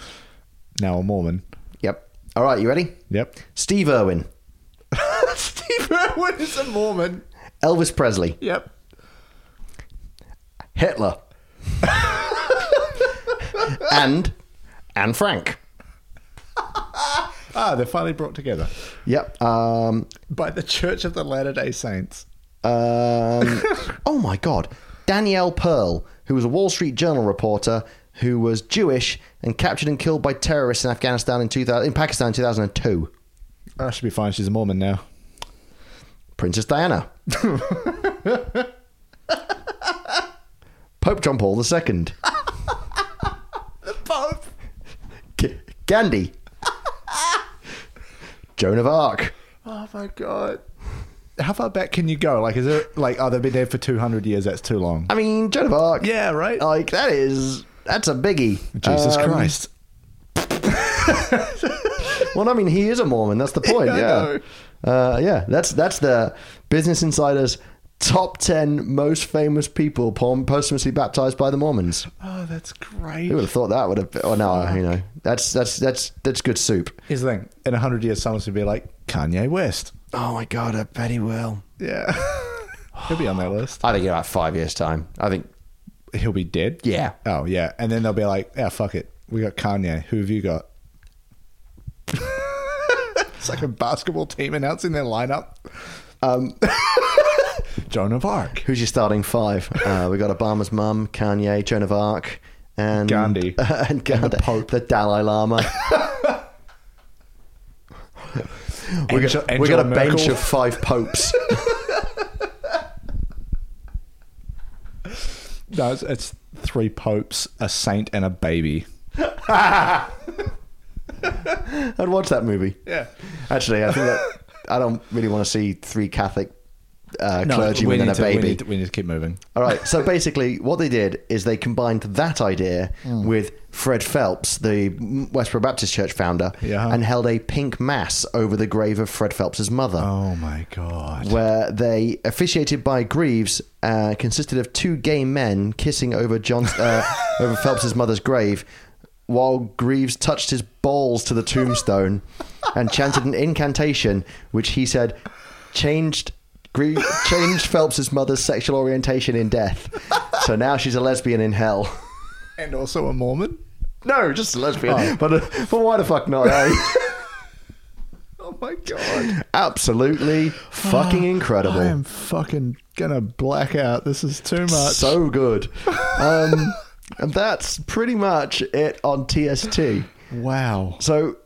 B: Now a Mormon.
A: Yep. All right, you ready?
B: Yep.
A: Steve Irwin,
B: <laughs> Steve Irwin is a Mormon.
A: Elvis Presley,
B: Yep.
A: Hitler, <laughs> and Anne Frank.
B: Ah, they're finally brought together
A: Yep. Um,
B: by the Church of the Latter Day Saints. <laughs>
A: Um, oh my God. Danielle Pearl, who was a Wall Street Journal reporter who was Jewish and captured and killed by terrorists in Afghanistan in, 2000, in Pakistan in 2002.
B: I Ah, should be fine. She's a Mormon now.
A: Princess Diana. Pope John Paul II. the Pope. Gandhi. Joan of Arc.
B: Oh my god. How far back can you go? Like, is it like, oh, they've been dead for 200 years? That's too long.
A: I mean, Joan of Arc.
B: Yeah, right?
A: Like, that is. That's a biggie.
B: Jesus
A: Um,
B: Christ.
A: Well, I mean, he is a Mormon. That's
B: <laughs>
A: the point.
B: I
A: Yeah,
B: know.
A: uh, yeah. That's that's the Business Insider's top ten most famous people pom- posthumously baptized by the Mormons.
B: Oh, that's great.
A: Who would have thought that would have? Been, oh no, you know, that's that's that's that's good soup.
B: Here's the thing in 100 years, someone's going to be like, Kanye West.
A: Oh my god, I bet he will.
B: Yeah. <laughs> He'll be on that list.
A: I think in about five years' time, I think.
B: He'll be dead?
A: Yeah.
B: Oh, yeah. And then they'll be like, yeah, fuck it. We got Kanye. Who have you got? <laughs> it's like a basketball team announcing their lineup.
A: Um,
B: <laughs> Joan of Arc.
A: who's your starting
B: <laughs>
A: five? Uh, we got Obama's mum, Kanye, Joan of Arc, and
B: Gandhi.
A: <laughs> and Gandhi, the,
B: Pope.
A: Dalai
B: <laughs>
A: Lama. we
B: Angel-
A: got, we got a
B: Angela
A: bench
B: Merkel.
A: of five
B: <laughs>
A: popes. <laughs>
B: No, it's, it's three popes, a saint, and a baby.
A: I'd watch that movie.
B: Yeah.
A: Actually, I think that I don't really want to see three Catholic uh, clergymen and a
B: to,
A: baby.
B: We need, to, we need to keep moving.
A: All right. So basically, what they did is they combined that idea with Fred Phelps, the Westboro Baptist Church founder,
B: Yeah.
A: and held a pink mass over the grave of Fred Phelps's mother.
B: Oh my god.
A: Where they, officiated by Greaves, uh, consisted of two gay men kissing over John, uh, over Phelps's mother's grave, while Greaves touched his balls to the tombstone, and chanted an incantation which he said changed Gre- changed Phelps's mother's sexual orientation in death. So now she's a lesbian in hell. <laughs>
B: And also a Mormon?
A: No, just a lesbian. But, uh, but why the fuck not? eh?
B: Oh my god.
A: Absolutely fucking incredible.
B: I am fucking gonna black out. This is too much.
A: So good. <laughs> Um, and that's pretty much it on TST.
B: wow.
A: So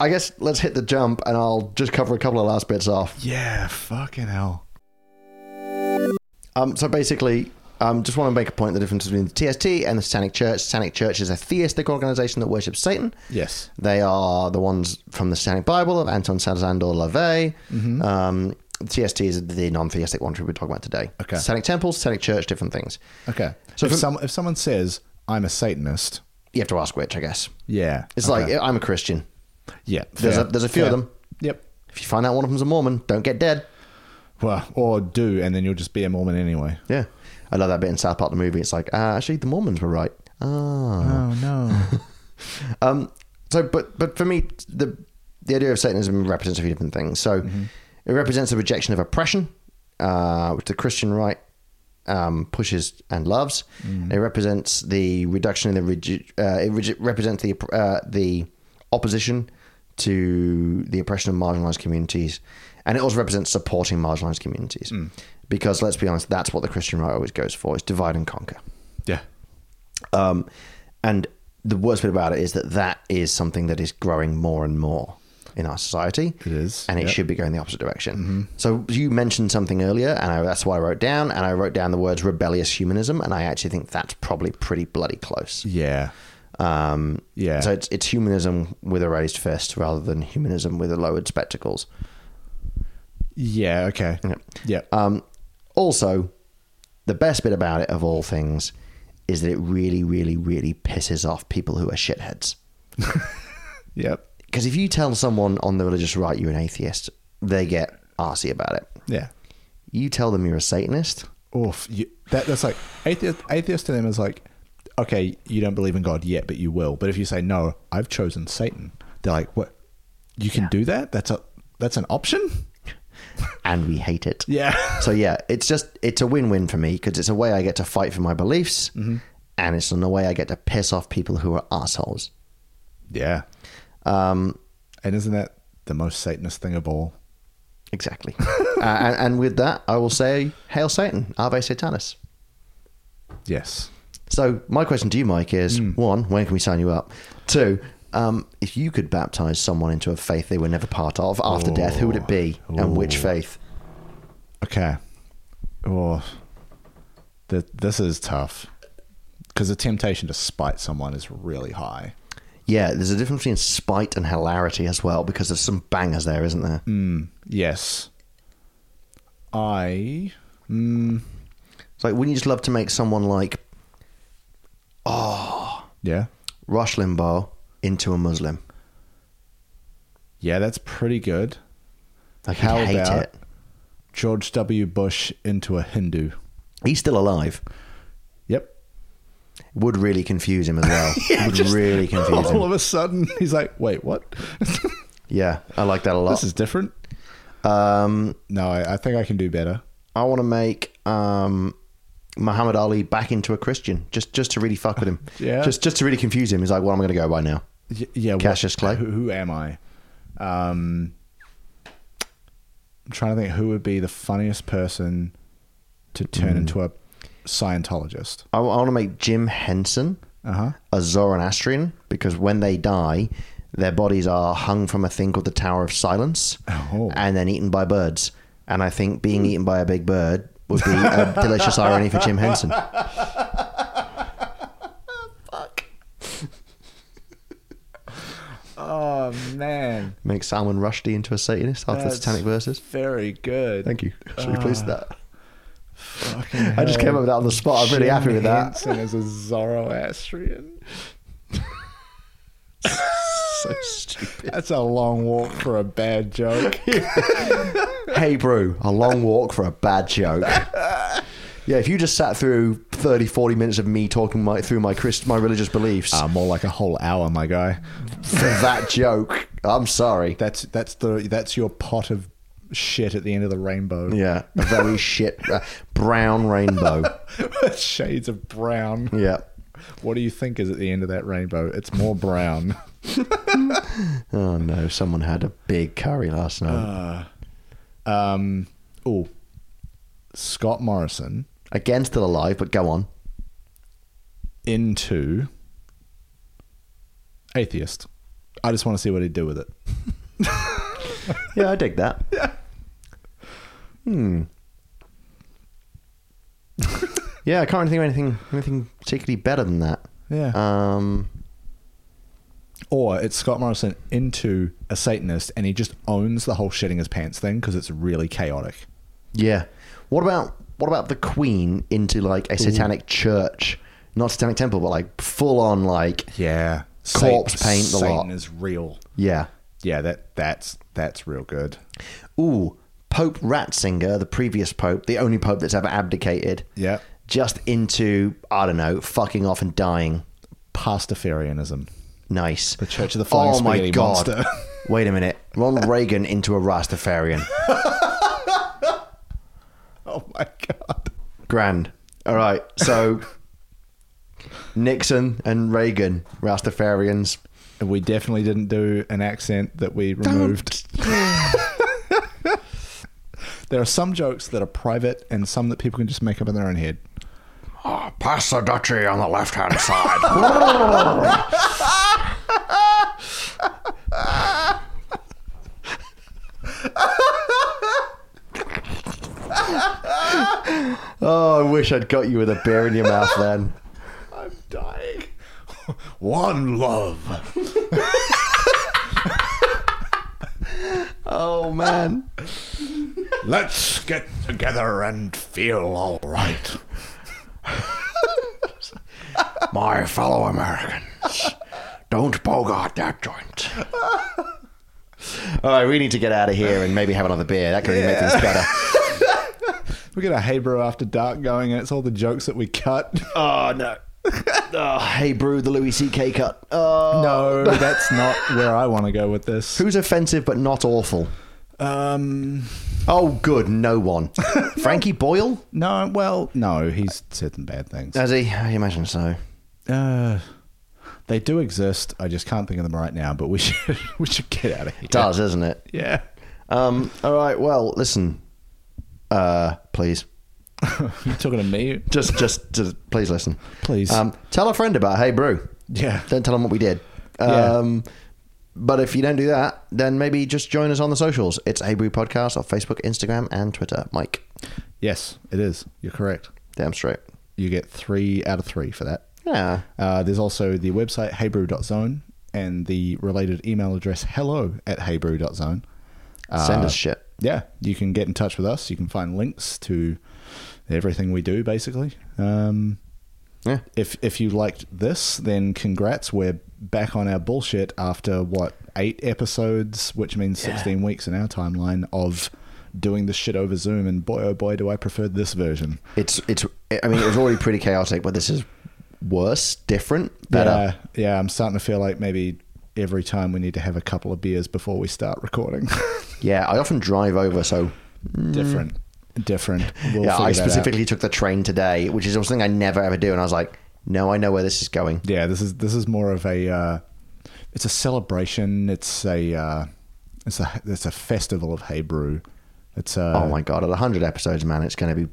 A: I guess let's hit the jump and I'll just cover a couple of last bits off.
B: Yeah, fucking hell.
A: Um, so basically, um, just want to make a point the difference between the TST and the Satanic Church. Satanic Church is a theistic organization that worships Satan.
B: Yes.
A: They are the ones from the Satanic Bible of Anton Salzandor LaVey. Um, TST is the non theistic one we were talking about today.
B: Okay.
A: Satanic temples, Satanic Church, different things.
B: Okay.
A: So
B: So if,
A: from-
B: some if someone says I'm a Satanist,
A: You have to ask which, I guess.
B: yeah,
A: It's like, I'm a Christian.
B: yeah,
A: There's a,
B: fair.
A: there's a few of
B: Fair.
A: them.
B: Yep.
A: If you find out one of them's a Mormon, don't get dead.
B: Well, or do, and then you'll just be a Mormon anyway.
A: Yeah. I love that bit in South Park the movie. It's like, uh, actually, the Mormons were right. Ah.
B: Oh no.
A: Um, so, but but for me, the the idea of Satanism represents a few different things. So, it represents a rejection of oppression, uh, which the Christian right um, pushes and loves. It represents the reduction in the regi- uh, it regi- represents the opp- uh, the opposition to the oppression of marginalized communities, and it also represents supporting marginalized communities. Because let's be honest, that's what the Christian right always goes for: is divide and conquer.
B: <laughs> yeah.
A: Um, and the worst bit about it is that that is something that is growing more and more in our society.
B: It is, Mm-hmm.
A: And it
B: yep.
A: should be going the opposite direction. So you mentioned something earlier, and I, that's what I wrote down. And I wrote down the words rebellious humanism, and I actually think that's probably pretty bloody close.
B: Yeah.
A: Um,
B: Yeah.
A: So it's, it's humanism with a raised fist rather than humanism with a lowered spectacles.
B: Yeah. Uh, Okay.
A: Yep.
B: Yep.
A: Um, also, the best bit about it, of all things, is that it really, really, really pisses off people who are shitheads.
B: yep.
A: Because if you tell someone on the religious right you're an atheist, they get arsy about it.
B: Yeah.
A: You tell them you're a Satanist,
B: Oof. You, that, that's like atheist. Atheist to them is like, okay, you don't believe in God yet, but you will. But if you say no, I've chosen Satan, they're like, what? You can do that? That's a that's an option.
A: and we hate it.
B: Yeah.
A: So yeah, it's just it's a win-win for me because it's a way I get to fight for my beliefs, and it's in a way I get to piss off people who are assholes.
B: <laughs> yeah.
A: Um,
B: And isn't that the most Satanist thing of all?
A: exactly. uh, and, and with that, I will say, "Hail Satan, Ave Satanas."
B: Yes.
A: So my question to you, Mike, is
B: Hmm.
A: one: When can we sign you up? Two: um, If you could baptize someone into a faith they were never part of after death, who would it be, and which faith?
B: Okay. Oh, th- this is tough because the temptation to spite someone is really high.
A: Yeah, there's a difference between spite and hilarity as well, because there's some bangers there, isn't there?
B: Hmm. Mm, Yes. I. mm,
A: It's like, wouldn't you just love to make someone like
B: Yeah.
A: Rush Limbaugh into a Muslim?
B: Yeah, that's pretty good.
A: Like,
B: How
A: he'd hate
B: about-
A: it.
B: George W. Bush into a Hindu.
A: He's still alive.
B: Yep. <laughs>
A: Would really confuse him as well. Would
B: <laughs>
A: really confuse
B: All
A: him.
B: of a sudden, <laughs> he's like, "Wait, what?
A: Yeah, I like that a lot.
B: this is different."
A: um,
B: No, I, I think I can do better.
A: I want to make um, Muhammad Ali back into a Christian, just just to really fuck with him.
B: <laughs> Yeah.
A: Just just to really confuse him. He's like, well, I'm going to go by now.
B: Y- yeah, what-
A: Cassius Clay?
B: Who, who am I? Um, I'm trying to think who would be the funniest person to turn into a Scientologist.
A: I, want to make Jim Henson
B: Uh huh.
A: a Zoroastrian because when they die, their bodies are hung from a thing called the Tower of Silence,
B: Oh.
A: and then eaten by birds. And I think being eaten by a big bird would be
B: <laughs>
A: a delicious irony for Jim Henson.
B: Oh man,
A: Make Salman Rushdie into a Satanist after the
B: That's-
A: Satanic verses.
B: very good.
A: Thank you. Should we please that?
B: Uh, Fucking
A: I just
B: hell.
A: came up with that on the spot. I'm really happy with that.
B: Henson as a Zoroastrian.
A: So stupid.
B: That's a long walk for a
A: <laughs>
B: bad joke.
A: Hey, brew, a long walk for a bad <laughs> joke. Yeah, if you just sat through 30, 40 minutes of me talking my, through my Christ, my religious beliefs
B: uh, more like a whole hour, my guy.
A: for that joke, I'm sorry.
B: That's that's the that's your pot of shit at the end of the rainbow.
A: Yeah, a <laughs> very shit uh, brown rainbow.
B: <laughs> Shades of brown.
A: Yeah.
B: What do you think is at the end of that rainbow? It's more <laughs> brown.
A: Oh no, someone had a big curry last night.
B: Um, oh, Scott Morrison
A: Again, still alive, but go on.
B: into atheist. I just want to see what he'd do with it.
A: Yeah, I dig that. <laughs> yeah. Hmm. yeah, I can't really think of anything anything particularly better than that.
B: Yeah.
A: Um,
B: or it's Scott Morrison into a Satanist and he just owns the whole shitting his pants thing because it's really chaotic.
A: yeah. What about what about the Queen into like a satanic church, not satanic temple, but like full on like
B: Yeah.
A: Corpse paint the
B: Satan
A: lot.
B: is real.
A: yeah.
B: Yeah, that that's that's real good.
A: Ooh, Pope Ratzinger, the previous pope, the only pope that's ever abdicated.
B: Yeah.
A: Just into I don't know, fucking off and dying.
B: Pastafarianism.
A: Nice. Oh
B: The Church of the Flying Spaghetti Monster.
A: <laughs> Wait a minute.
B: <laughs>
A: Ronald Reagan into a Rastafarian.
B: Oh my god.
A: Grand. All right.
B: <laughs>
A: So Nixon and Reagan, Rastafarians.
B: And we definitely didn't do an accent that we <laughs> removed. there are some jokes that are private and some that people can just make up in their own head.
A: Uh, Pass the duchy on the left hand <laughs> side. oh, I wish I'd got you with a beer in your mouth then.
B: I'm dying. <laughs> One love.
A: Oh, man.
B: Let's get together and feel all right.
A: My fellow Americans, don't bogart that joint. All right, we need to get out of here and maybe have another beer. That can really make things <laughs> better.
B: <laughs> We get a Hey Bro After Dark going, and it's all the jokes that we cut. <laughs>
A: Oh <laughs> no. oh, hey, brew the Louis C.K. cut. Oh.
B: no, that's not where I want to go with this.
A: Who's offensive but not awful?
B: Um,
A: Oh, good, <laughs> no one. Frankie Boyle?
B: no, well, no, he's said some bad things.
A: Does he? I imagine so.
B: Uh, they do exist. I just can't think of them right now. But we <laughs> should we should get out of here.
A: Does, isn't it?
B: Yeah. <laughs>
A: Um, all right, well, listen. Uh, please.
B: you talking to me?
A: Just, just, just, please listen.
B: Please.
A: Um, tell a friend about Hey Brew.
B: Yeah.
A: Don't tell them what we did.
B: Yeah.
A: Um, But if you don't do that, then maybe just join us on the socials. It's Hey Brew Podcast on Facebook, Instagram, and Twitter. Mike,
B: Yes, it is. You're correct.
A: damn straight.
B: You get three out of three for that.
A: Yeah.
B: Uh, there's also the website heybrew.zone and the related email address hello at heybrew.zone.
A: Send
B: Uh,
A: us shit.
B: Yeah, you can get in touch with us. You can find links to everything we do, basically. Um,
A: Yeah.
B: if if you liked this, then congrats. We're back on our bullshit after what eight episodes, which means sixteen weeks in our timeline of doing this shit over Zoom. And boy, oh boy, do I prefer this version.
A: It's it's. I mean, it was already pretty chaotic, but this is worse, different, better.
B: Yeah, uh, yeah, I'm starting to feel like maybe every time we need to have a couple of beers before we start recording. <laughs>
A: Yeah, I often drive over, so
B: different, different. We'll
A: yeah,
B: figure
A: I
B: that out.
A: specifically took the train today, which is something I never ever do, and I was like, no, I know where this is going.
B: Yeah, this is this is more of a uh, it's a celebration. It's a uh, it's a it's a festival of hay brew. It's uh, a
A: oh my god, at hundred episodes, man, it's going to be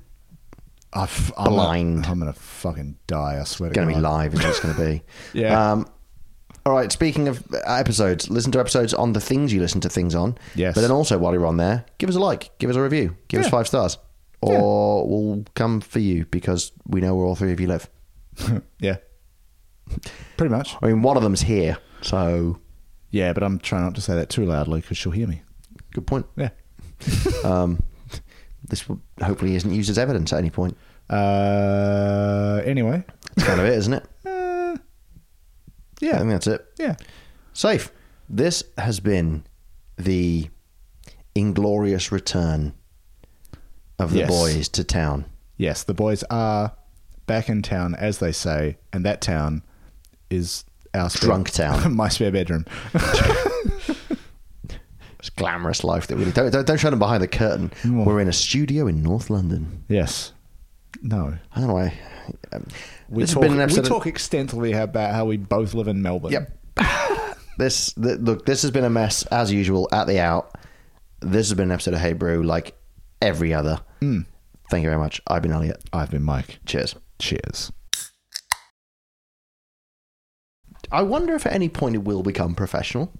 B: I f- I'm gonna-
A: Blind.
B: I'm gonna fucking die. I swear
A: going
B: to
A: to be
B: God.
A: live. Is what it's going to be.
B: <laughs> Yeah.
A: Um, all right. Speaking of episodes, listen to episodes on the things you listen to things on.
B: Yes.
A: But then also while you're on there, give us a like, give us a review, give us
B: Yeah.
A: five stars, or we'll come for you because we know where all three of you live.
B: <laughs> yeah, pretty much.
A: I mean, one of them's here, so
B: Yeah, but I'm trying not to say that too loudly because she'll hear me.
A: good point.
B: Yeah.
A: Um, <laughs> this will- hopefully isn't used as evidence at any point.
B: Uh. Anyway.
A: That's kind of it, isn't it?
B: Uh,
A: I think
B: <laughs> yeah.
A: that's it.
B: Yeah.
A: Safe. This has been the inglorious return of the
B: Yes.
A: boys to town.
B: Yes, the boys are back in town, as they say, and that town is our spare-
A: Drunk town.
B: <laughs> my spare bedroom.
A: It's glamorous life that we lead. Don't, don't, don't show them behind the curtain.
B: Mm.
A: We're in a studio in North London.
B: yes. No.
A: I don't know why. um,
B: We
A: this
B: talk,
A: has been an episode.
B: we talk extensively about how we both live in Melbourne.
A: Yep. this th- look. This has been a mess as usual at the out. This has been an episode of Hey Brew, like every other. Thank you very much. I've been Elliot.
B: I've been Mike.
A: Cheers.
B: Cheers.
A: I wonder if at any point it will become professional.